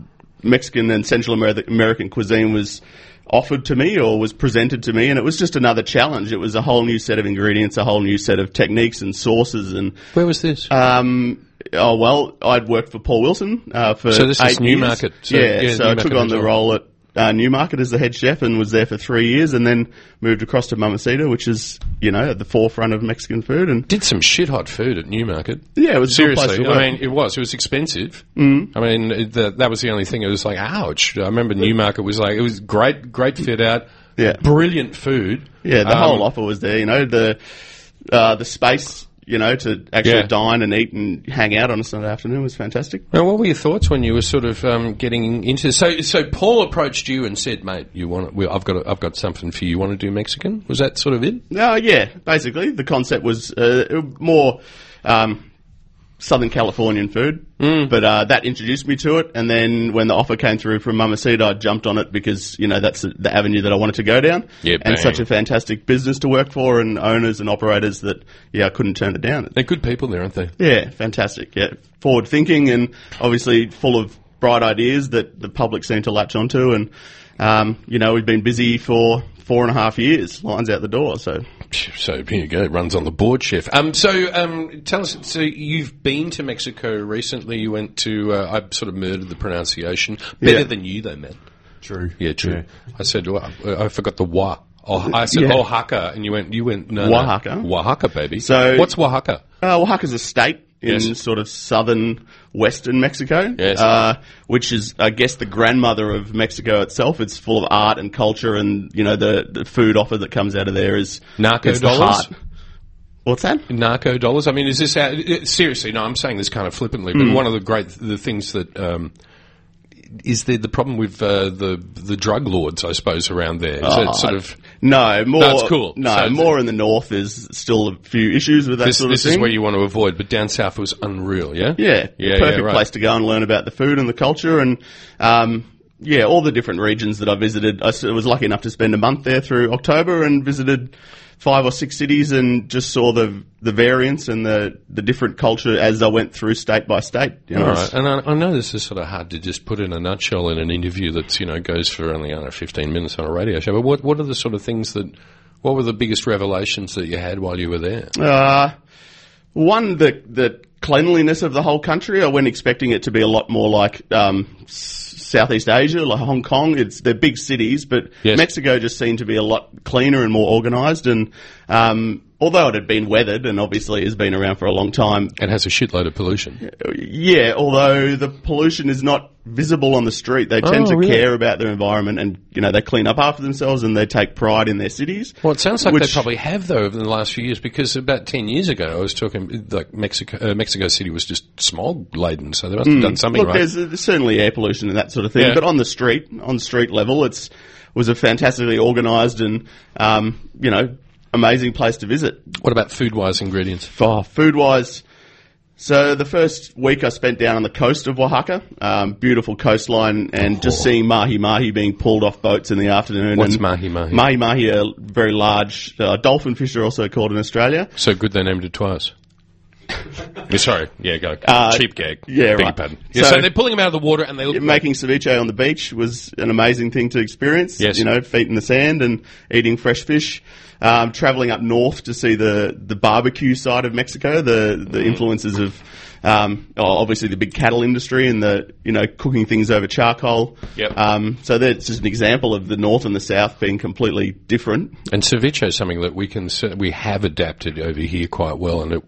[SPEAKER 9] Mexican and Central Amer- American cuisine was offered to me or was presented to me, and it was just another challenge. It was a whole new set of ingredients, a whole new set of techniques and sauces, and
[SPEAKER 2] where was this?
[SPEAKER 9] um, oh well, I'd worked for Paul Wilson uh, for
[SPEAKER 2] So this is
[SPEAKER 9] eight
[SPEAKER 2] Newmarket.
[SPEAKER 9] years.
[SPEAKER 2] So,
[SPEAKER 9] yeah,
[SPEAKER 2] yeah,
[SPEAKER 9] so I
[SPEAKER 2] Newmarket
[SPEAKER 9] took on the
[SPEAKER 2] as well.
[SPEAKER 9] role at uh, Newmarket as the head chef and was there for three years, and then moved across to Mamacita, which is you know at the forefront of Mexican food. And
[SPEAKER 2] Did some shit hot food at Newmarket.
[SPEAKER 9] yeah, it was a good place
[SPEAKER 2] Seriously,
[SPEAKER 9] to work.
[SPEAKER 2] I mean, it was. It was expensive. Mm. I mean, it, that that was the only thing. It was like, ouch. I remember Newmarket was like, it was great, great fit out,
[SPEAKER 9] Yeah.
[SPEAKER 2] brilliant food.
[SPEAKER 9] Yeah, the
[SPEAKER 2] Um,
[SPEAKER 9] whole offer was there. You know the uh, the space. You know to actually
[SPEAKER 2] Yeah.
[SPEAKER 9] dine and eat and hang out on a Sunday afternoon was fantastic.
[SPEAKER 2] Now, what were your thoughts when you were sort of um, getting into? So, so Paul approached you and said, "Mate, you want? Well, I've got, a, I've got something for you. You want to do Mexican? Was that sort of it?
[SPEAKER 9] No, yeah, basically the concept was uh, more um, Southern Californian food,
[SPEAKER 2] Mm.
[SPEAKER 9] but uh, that introduced me to it. And then when the offer came through from Mamacita, I jumped on it because you know that's the avenue that I wanted to go down.
[SPEAKER 2] Yeah,
[SPEAKER 9] and
[SPEAKER 2] bang.
[SPEAKER 9] such a fantastic business to work for, and owners and operators that yeah, I couldn't turn it down.
[SPEAKER 2] They're good people there, aren't they?
[SPEAKER 9] Yeah, fantastic. Yeah, forward thinking and obviously full of bright ideas that the public seem to latch onto. And um, you know, we've been busy for four and a half years. Lines out the door, so.
[SPEAKER 2] So here you go. It runs on the board, chef. Um, so um, tell us. So you've been to Mexico recently. You went to. Uh, I sort of murdered the pronunciation. Better
[SPEAKER 9] Yeah.
[SPEAKER 2] than you, though, man.
[SPEAKER 10] True.
[SPEAKER 2] Yeah, true. I said well, I I forgot the wa. Oh, I said
[SPEAKER 9] Yeah.
[SPEAKER 2] Oaxaca, and you went. You went no, no.
[SPEAKER 9] Oaxaca?
[SPEAKER 2] Oaxaca, baby.
[SPEAKER 9] So-
[SPEAKER 2] what's Oaxaca?
[SPEAKER 9] Uh, Oaxaca's a state in
[SPEAKER 2] Yes.
[SPEAKER 9] sort of southern western Mexico,
[SPEAKER 2] Yes.
[SPEAKER 9] uh, which is, I guess, the grandmother of Mexico itself. It's full of art and culture, and you know the, the food offer that comes out of there is
[SPEAKER 2] Narco
[SPEAKER 9] is the
[SPEAKER 2] dollars?
[SPEAKER 9] heart. What's that?
[SPEAKER 2] narco dollars. I mean, is this out, it- seriously? No, I'm saying this kind of flippantly,
[SPEAKER 9] Hmm.
[SPEAKER 2] but one of the great the things that um, is the the problem with uh, the the drug lords, I suppose, around there. Is
[SPEAKER 9] Ah,
[SPEAKER 2] that sort of
[SPEAKER 9] No, more.
[SPEAKER 2] That's cool.
[SPEAKER 9] No,
[SPEAKER 2] So-
[SPEAKER 9] more in the north is still a few issues with that
[SPEAKER 2] this,
[SPEAKER 9] sort of
[SPEAKER 2] this
[SPEAKER 9] thing.
[SPEAKER 2] is where you want to avoid. But down south was unreal. Yeah,
[SPEAKER 9] Yeah,
[SPEAKER 2] yeah,
[SPEAKER 9] perfect
[SPEAKER 2] yeah, right.
[SPEAKER 9] place to go and learn about the food and the culture and. Um, yeah, all the different regions that I visited. I s- was lucky enough to spend a month there through October and visited five or six cities and just saw the the variance and the, the different culture as I went through state by state. You know,
[SPEAKER 2] All right, and I, I know this is sort of hard to just put in a nutshell in an interview that's you know goes for only I don't know, fifteen minutes on a radio show. But what what are the sort of things that what were the biggest revelations that you had while you were there?
[SPEAKER 9] Uh, one, the the cleanliness of the whole country. I went expecting it to be a lot more like um, S- Southeast Asia, like Hong Kong. It's they're big cities, but
[SPEAKER 2] Yes.
[SPEAKER 9] Mexico just seemed to be a lot cleaner and more organised. And um, although it had been weathered and obviously has been around for a long time,
[SPEAKER 2] It has a shitload of pollution.
[SPEAKER 9] yeah, although the pollution is not visible on the street, they tend
[SPEAKER 2] Oh,
[SPEAKER 9] to
[SPEAKER 2] really?
[SPEAKER 9] care about their environment and, you know, they clean up after themselves and they take pride in their cities.
[SPEAKER 2] Well, it sounds like they
[SPEAKER 9] which-
[SPEAKER 2] probably have though over the last few years because about ten years ago I was talking like Mexico, uh, Mexico City was just smog laden, so they must have done something
[SPEAKER 9] Hmm. Look,
[SPEAKER 2] right.
[SPEAKER 9] there's, there's certainly air pollution and that sort of thing,
[SPEAKER 2] Yeah.
[SPEAKER 9] but on the street, on street level, it's was a fantastically organised and, um, you know, amazing place to visit.
[SPEAKER 2] What about food wise ingredients?
[SPEAKER 9] Oh, food wise, so the first week I spent down on the coast of Oaxaca, um, beautiful coastline, and just seeing mahi mahi being pulled off boats in the afternoon.
[SPEAKER 2] What's
[SPEAKER 9] and
[SPEAKER 2] mahi-mahi?
[SPEAKER 9] Mahi mahi are very large uh, dolphin fish are also called in Australia.
[SPEAKER 2] So good they named it twice. Yeah, Sorry, yeah, go cheap gag. Beg
[SPEAKER 9] yeah,
[SPEAKER 2] your
[SPEAKER 9] right.
[SPEAKER 2] pardon. Yeah, so,
[SPEAKER 9] So-
[SPEAKER 2] they're pulling them out of the water and they look
[SPEAKER 9] Making ceviche on the beach was an amazing thing to experience.
[SPEAKER 2] Yes.
[SPEAKER 9] You know, feet in the sand and eating fresh fish. Um, traveling up north to see the, the barbecue side of Mexico, the, the influences of Um, oh, obviously, the big cattle industry and the you know cooking things over charcoal.
[SPEAKER 11] Yep.
[SPEAKER 9] Um, so that's just an example of the north and the south being completely different.
[SPEAKER 2] And ceviche is something that we can cer- we have adapted over here quite well, and it,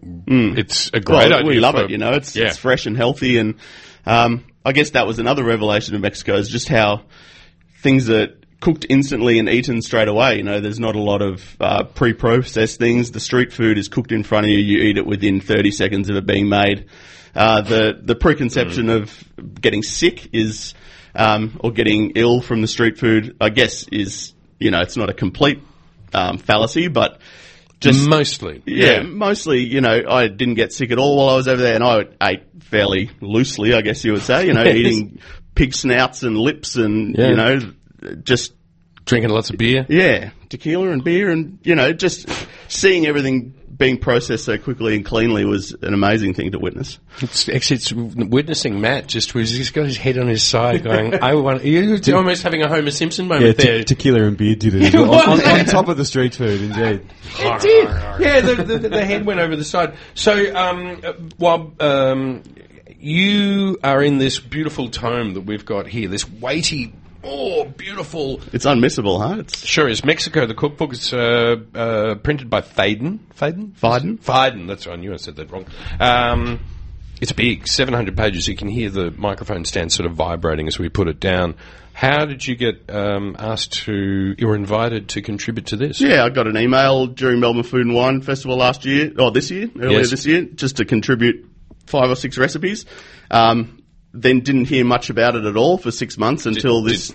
[SPEAKER 2] it's a great
[SPEAKER 9] Hmm. Well,
[SPEAKER 2] idea.
[SPEAKER 9] we love
[SPEAKER 2] for-
[SPEAKER 9] it. You know, it's
[SPEAKER 2] yeah.
[SPEAKER 9] it's fresh and healthy, and um, I guess that was another revelation of Mexico is just how things are cooked instantly and eaten straight away. You know, there's not a lot of uh, pre-processed things. The street food is cooked in front of you. You eat it within 30 seconds of it being made. Uh, the the preconception
[SPEAKER 2] Mm.
[SPEAKER 9] of getting sick is um, or getting ill from the street food, I guess, is you know, it's not a complete um, fallacy, but just
[SPEAKER 2] Mostly,
[SPEAKER 9] yeah, mostly, you know, I didn't get sick at all while I was over there, and I ate fairly loosely, I guess you would say, you know, eating pig snouts and lips and,
[SPEAKER 3] Yeah.
[SPEAKER 9] you know, just,
[SPEAKER 2] drinking lots of beer.
[SPEAKER 9] yeah, tequila and beer and, you know, just seeing everything being processed so quickly and cleanly was an amazing thing to witness.
[SPEAKER 2] It's, actually, it's witnessing Matt just was he's got his head on his side, going, "I want." You're almost having a Homer Simpson
[SPEAKER 3] Yeah,
[SPEAKER 2] moment there.
[SPEAKER 3] te- tequila and beer did it as well. on, on, on top of the street food, indeed.
[SPEAKER 2] It did. Yeah, the, the, the- the head went over the side. So, um, uh, while um, you are in this beautiful tome that we've got here, this weighty, oh, beautiful.
[SPEAKER 9] It's unmissable, huh? It's
[SPEAKER 2] Sure is Mexico. The cookbook is uh, uh, printed by Faden. Faden?
[SPEAKER 9] Fiden.
[SPEAKER 2] Fiden. That's right. I knew I said that wrong. Um, it's big, 700 pages. You can hear the microphone stand sort of vibrating as we put it down. How did you get um, asked to, you were invited to contribute to this?
[SPEAKER 9] Yeah, I got an email during Melbourne Food and Wine Festival last year, or this year, earlier
[SPEAKER 2] Yes.
[SPEAKER 9] this year, just to contribute five or six recipes. Um, then didn't hear much about it at all for six months until this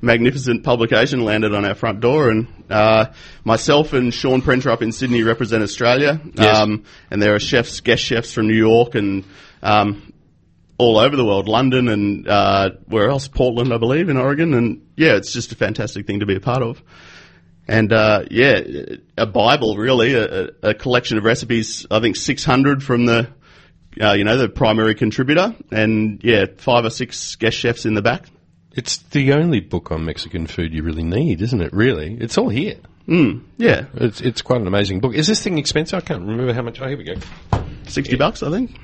[SPEAKER 9] magnificent publication landed on our front door. And uh, myself and Sean Prenter up in Sydney represent Australia. Um, and there are chefs, guest chefs from New York and um, all over the world, London and uh, where else? Portland, I believe, in Oregon. And yeah, it's just a fantastic thing to be a part of. And uh, yeah, a bible really, a, a- a collection of recipes. I think 600 from the, uh, you know, the primary contributor, and yeah, five or six guest chefs in the back.
[SPEAKER 2] It's the only book on Mexican food you really need, isn't it? Really, it's all here.
[SPEAKER 9] Hmm, Yeah,
[SPEAKER 2] It's it's quite an amazing book. Is this thing expensive? I can't remember how much. Oh, here we go.
[SPEAKER 9] 60 bucks, I think.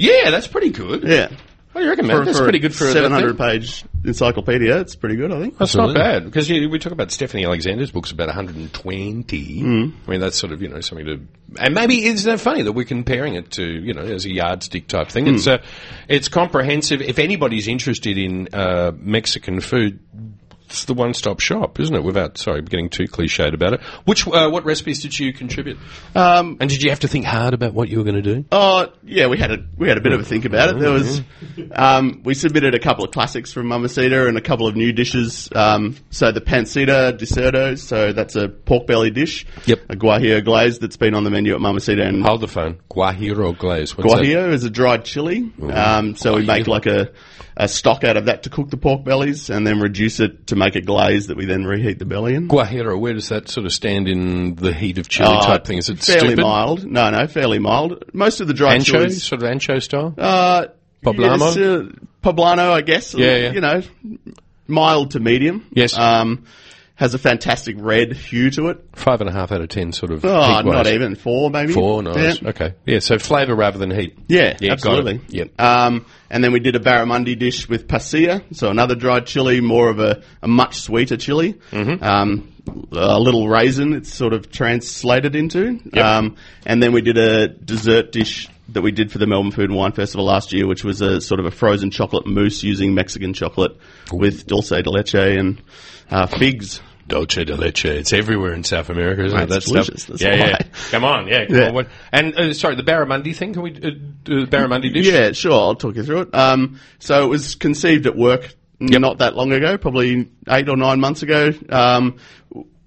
[SPEAKER 2] Yeah, that's pretty good.
[SPEAKER 9] Yeah,
[SPEAKER 2] What do you reckon, man? That's
[SPEAKER 9] a
[SPEAKER 2] pretty good for a- that thing.
[SPEAKER 9] 700 page encyclopedia. It's pretty good, I think.
[SPEAKER 2] That's not
[SPEAKER 3] Absolutely.
[SPEAKER 2] bad because you, we talk about Stephanie Alexander's books about 120. I mean, that's sort of you know something to, and maybe isn't that funny that we're comparing it to you know as a yardstick type thing. It's uh, it's comprehensive. If anybody's interested in uh, Mexican food, it's the one-stop shop, isn't it? Without sorry, getting too cliched about it. Which uh, what recipes did you contribute?
[SPEAKER 9] Um,
[SPEAKER 2] And did you have to think hard about what you were going to do?
[SPEAKER 9] Oh yeah, we had a we had a bit of a think about it. There was
[SPEAKER 2] Mm-hmm.
[SPEAKER 9] um, we submitted a couple of classics from Mamacita and a couple of new dishes. Um, so the pancita deserto, so that's a pork belly dish.
[SPEAKER 2] Yep.
[SPEAKER 9] A guajillo glaze that's been on the menu at Mamacita and
[SPEAKER 2] Hold the phone. Guajiro glaze. What's that?
[SPEAKER 9] guajillo is a dried chili. Um, so we make like a, a stock out of that to cook the pork bellies and then reduce it to make a glaze that we then reheat the belly in.
[SPEAKER 2] Guajiro. Where does that sort of stand in the heat of chili
[SPEAKER 9] Uh,
[SPEAKER 2] type thing? Is it
[SPEAKER 9] fairly
[SPEAKER 2] stupid?
[SPEAKER 9] mild? No, no, fairly mild. Most of the dried
[SPEAKER 2] Ancho,
[SPEAKER 9] chilies
[SPEAKER 2] sort of ancho style.
[SPEAKER 9] Uh,
[SPEAKER 2] Poblano?
[SPEAKER 9] yes, uh, Poblano, I guess.
[SPEAKER 2] Yeah, yeah.
[SPEAKER 9] You know, mild to medium.
[SPEAKER 2] Yes.
[SPEAKER 9] Um, has a fantastic red hue to it.
[SPEAKER 2] Five and a half out of ten, sort of.
[SPEAKER 9] Oh,
[SPEAKER 2] heat-wise.
[SPEAKER 9] not even four, maybe.
[SPEAKER 2] Four, nice.
[SPEAKER 9] Yeah.
[SPEAKER 2] Okay, yeah. So flavour rather than heat.
[SPEAKER 9] Yeah,
[SPEAKER 2] got it.
[SPEAKER 9] absolutely.
[SPEAKER 2] Yep.
[SPEAKER 9] Um, and then we did a barramundi dish with pasilla, so another dried chili, more of a, a much sweeter chili.
[SPEAKER 2] Mm-hmm.
[SPEAKER 9] Um, a little raisin, it's sort of translated into. Um, and then we did a dessert dish that we did for the Melbourne Food and Wine Festival last year, which was a sort of a frozen chocolate mousse using Mexican chocolate with dulce de leche and uh, figs.
[SPEAKER 2] Dolce de leche. It's everywhere in South America, isn't
[SPEAKER 9] Mate,
[SPEAKER 2] it? That
[SPEAKER 9] it's delicious,
[SPEAKER 2] stuff.
[SPEAKER 9] that's
[SPEAKER 2] yeah, yeah.
[SPEAKER 9] why.
[SPEAKER 2] Come on, yeah. Come
[SPEAKER 9] Yeah.
[SPEAKER 2] On. What- And uh, sorry, the barramundi thing. Can we uh, do the barramundi dish?
[SPEAKER 9] Yeah, sure. I'll talk you through it. Um, so it was conceived at work not that long ago, probably eight or nine months ago. Um,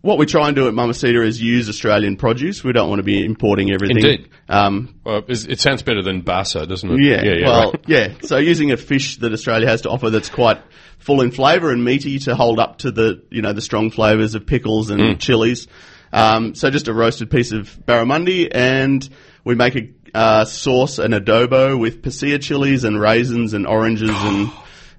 [SPEAKER 9] what we try and do at Mamacita is use Australian produce. We don't want to be importing everything.
[SPEAKER 2] Indeed.
[SPEAKER 9] Um,
[SPEAKER 2] Well, is- it sounds better than basa, doesn't it?
[SPEAKER 9] yeah,
[SPEAKER 2] yeah, yeah.
[SPEAKER 9] well,
[SPEAKER 2] right.
[SPEAKER 9] yeah. So using a fish that Australia has to offer that's quite full in flavour and meaty to hold up to the you know the strong flavours of pickles and
[SPEAKER 2] Mm.
[SPEAKER 9] chilies. Um, so just a roasted piece of barramundi, and we make a uh, sauce, an adobo with pasilla chilies and raisins and oranges and.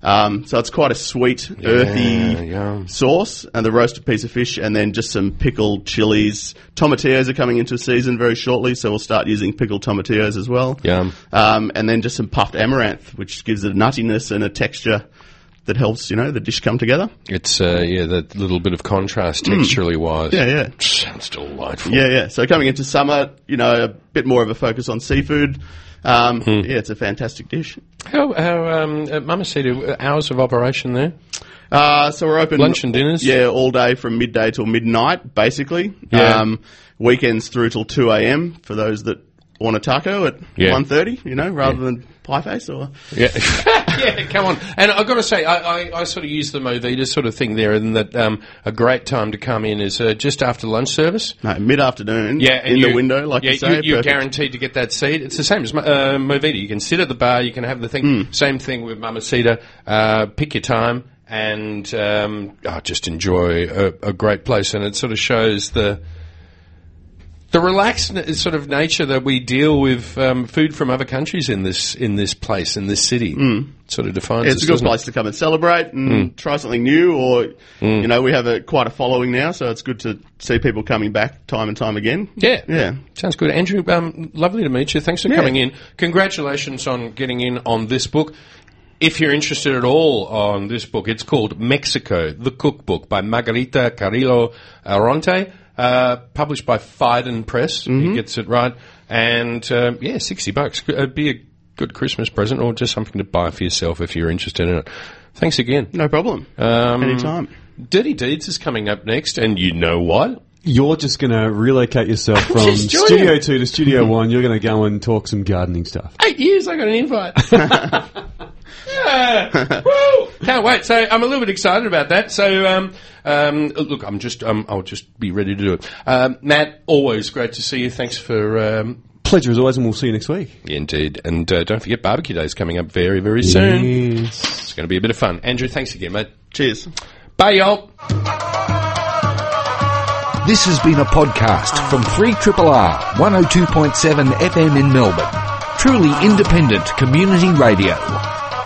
[SPEAKER 9] Um, so it's quite a sweet, earthy sauce, and the roasted piece of fish, and then just some pickled chilies. Tomatillos are coming into season very shortly, so we'll start using pickled tomatillos as well.
[SPEAKER 2] Yum.
[SPEAKER 9] Um, and then just some puffed amaranth, which gives it a nuttiness and a texture that helps, you know, the dish come together.
[SPEAKER 2] It's uh, yeah, that little bit of contrast texturally wise.
[SPEAKER 9] Hmm. Yeah, yeah.
[SPEAKER 2] sounds delightful.
[SPEAKER 9] Yeah, yeah. So coming into summer, you know, a bit more of a focus on seafood. Um,
[SPEAKER 2] Hmm.
[SPEAKER 9] Yeah, it's a fantastic dish.
[SPEAKER 2] How, how um, at Mamacita, hours of operation there?
[SPEAKER 9] Uh, so we're open
[SPEAKER 2] Lunch and dinners?
[SPEAKER 9] Yeah, all day from midday till midnight, basically.
[SPEAKER 2] Yeah.
[SPEAKER 9] Um, weekends through till two a.m. for those that want a taco at
[SPEAKER 2] Yeah.
[SPEAKER 9] one thirty. You know, rather than pie face or
[SPEAKER 2] Yeah, yeah. Come on, and I've got to say, I, I, I sort of use the Movida sort of thing there, and that um, a great time to come in is uh, just after lunch service.
[SPEAKER 9] no mid afternoon.
[SPEAKER 2] Yeah, and
[SPEAKER 9] in
[SPEAKER 2] you,
[SPEAKER 9] the window, like
[SPEAKER 2] yeah,
[SPEAKER 9] you say.
[SPEAKER 2] you, are
[SPEAKER 9] perfect.
[SPEAKER 2] guaranteed to get that seat. It's the same as uh, Movida. You can sit at the bar. You can have the thing.
[SPEAKER 9] Hmm.
[SPEAKER 2] Same thing with Mamacita. Uh, pick your time and um, oh, just enjoy a, a great place. And it sort of shows the the relaxed n- sort of nature that we deal with um, food from other countries in this in this place in this city. Sort of defines
[SPEAKER 9] Hmm. It's
[SPEAKER 2] us,
[SPEAKER 9] a good
[SPEAKER 2] doesn't it? Hmm.
[SPEAKER 9] place to come and celebrate and try something new, or you know, we have a quite a following now, so it's good to see people coming back time and time again.
[SPEAKER 2] Yeah.
[SPEAKER 9] yeah.
[SPEAKER 2] Sounds good. Andrew, um, lovely to meet you. Thanks for coming in. Congratulations on getting in on this book. If you're interested at all on this book, it's called Mexico, the Cookbook by Margarita Carrillo Aronte, uh, published by Fiden Press. He gets it right. And, um, yeah, 60 bucks. It'd be a good Christmas present or just something to buy for yourself if you're interested in it. Thanks again.
[SPEAKER 9] No problem.
[SPEAKER 2] Um,
[SPEAKER 9] Anytime.
[SPEAKER 2] Dirty Deeds is coming up next, and you know what?
[SPEAKER 3] You're just going to relocate yourself from
[SPEAKER 2] Just join
[SPEAKER 3] Studio
[SPEAKER 2] him.
[SPEAKER 3] 2 to Studio 1. You're going to go and talk some gardening stuff.
[SPEAKER 2] eight years I got an invite. yeah. Woo! Can't wait. So I'm a little bit excited about that. So um, um, look, I'm just um, I'll just be ready to do it. Um, Matt, always great to see you. Thanks for um,
[SPEAKER 3] Pleasure as always, and we'll see you next week.
[SPEAKER 2] indeed, and uh, don't forget barbecue days coming up very very soon. It's going to be a bit of fun. Andrew, thanks again, mate.
[SPEAKER 9] Cheers.
[SPEAKER 2] Bye, y'all.
[SPEAKER 1] This has been a podcast from 3RRR 102.7 FM in Melbourne. Truly independent community radio.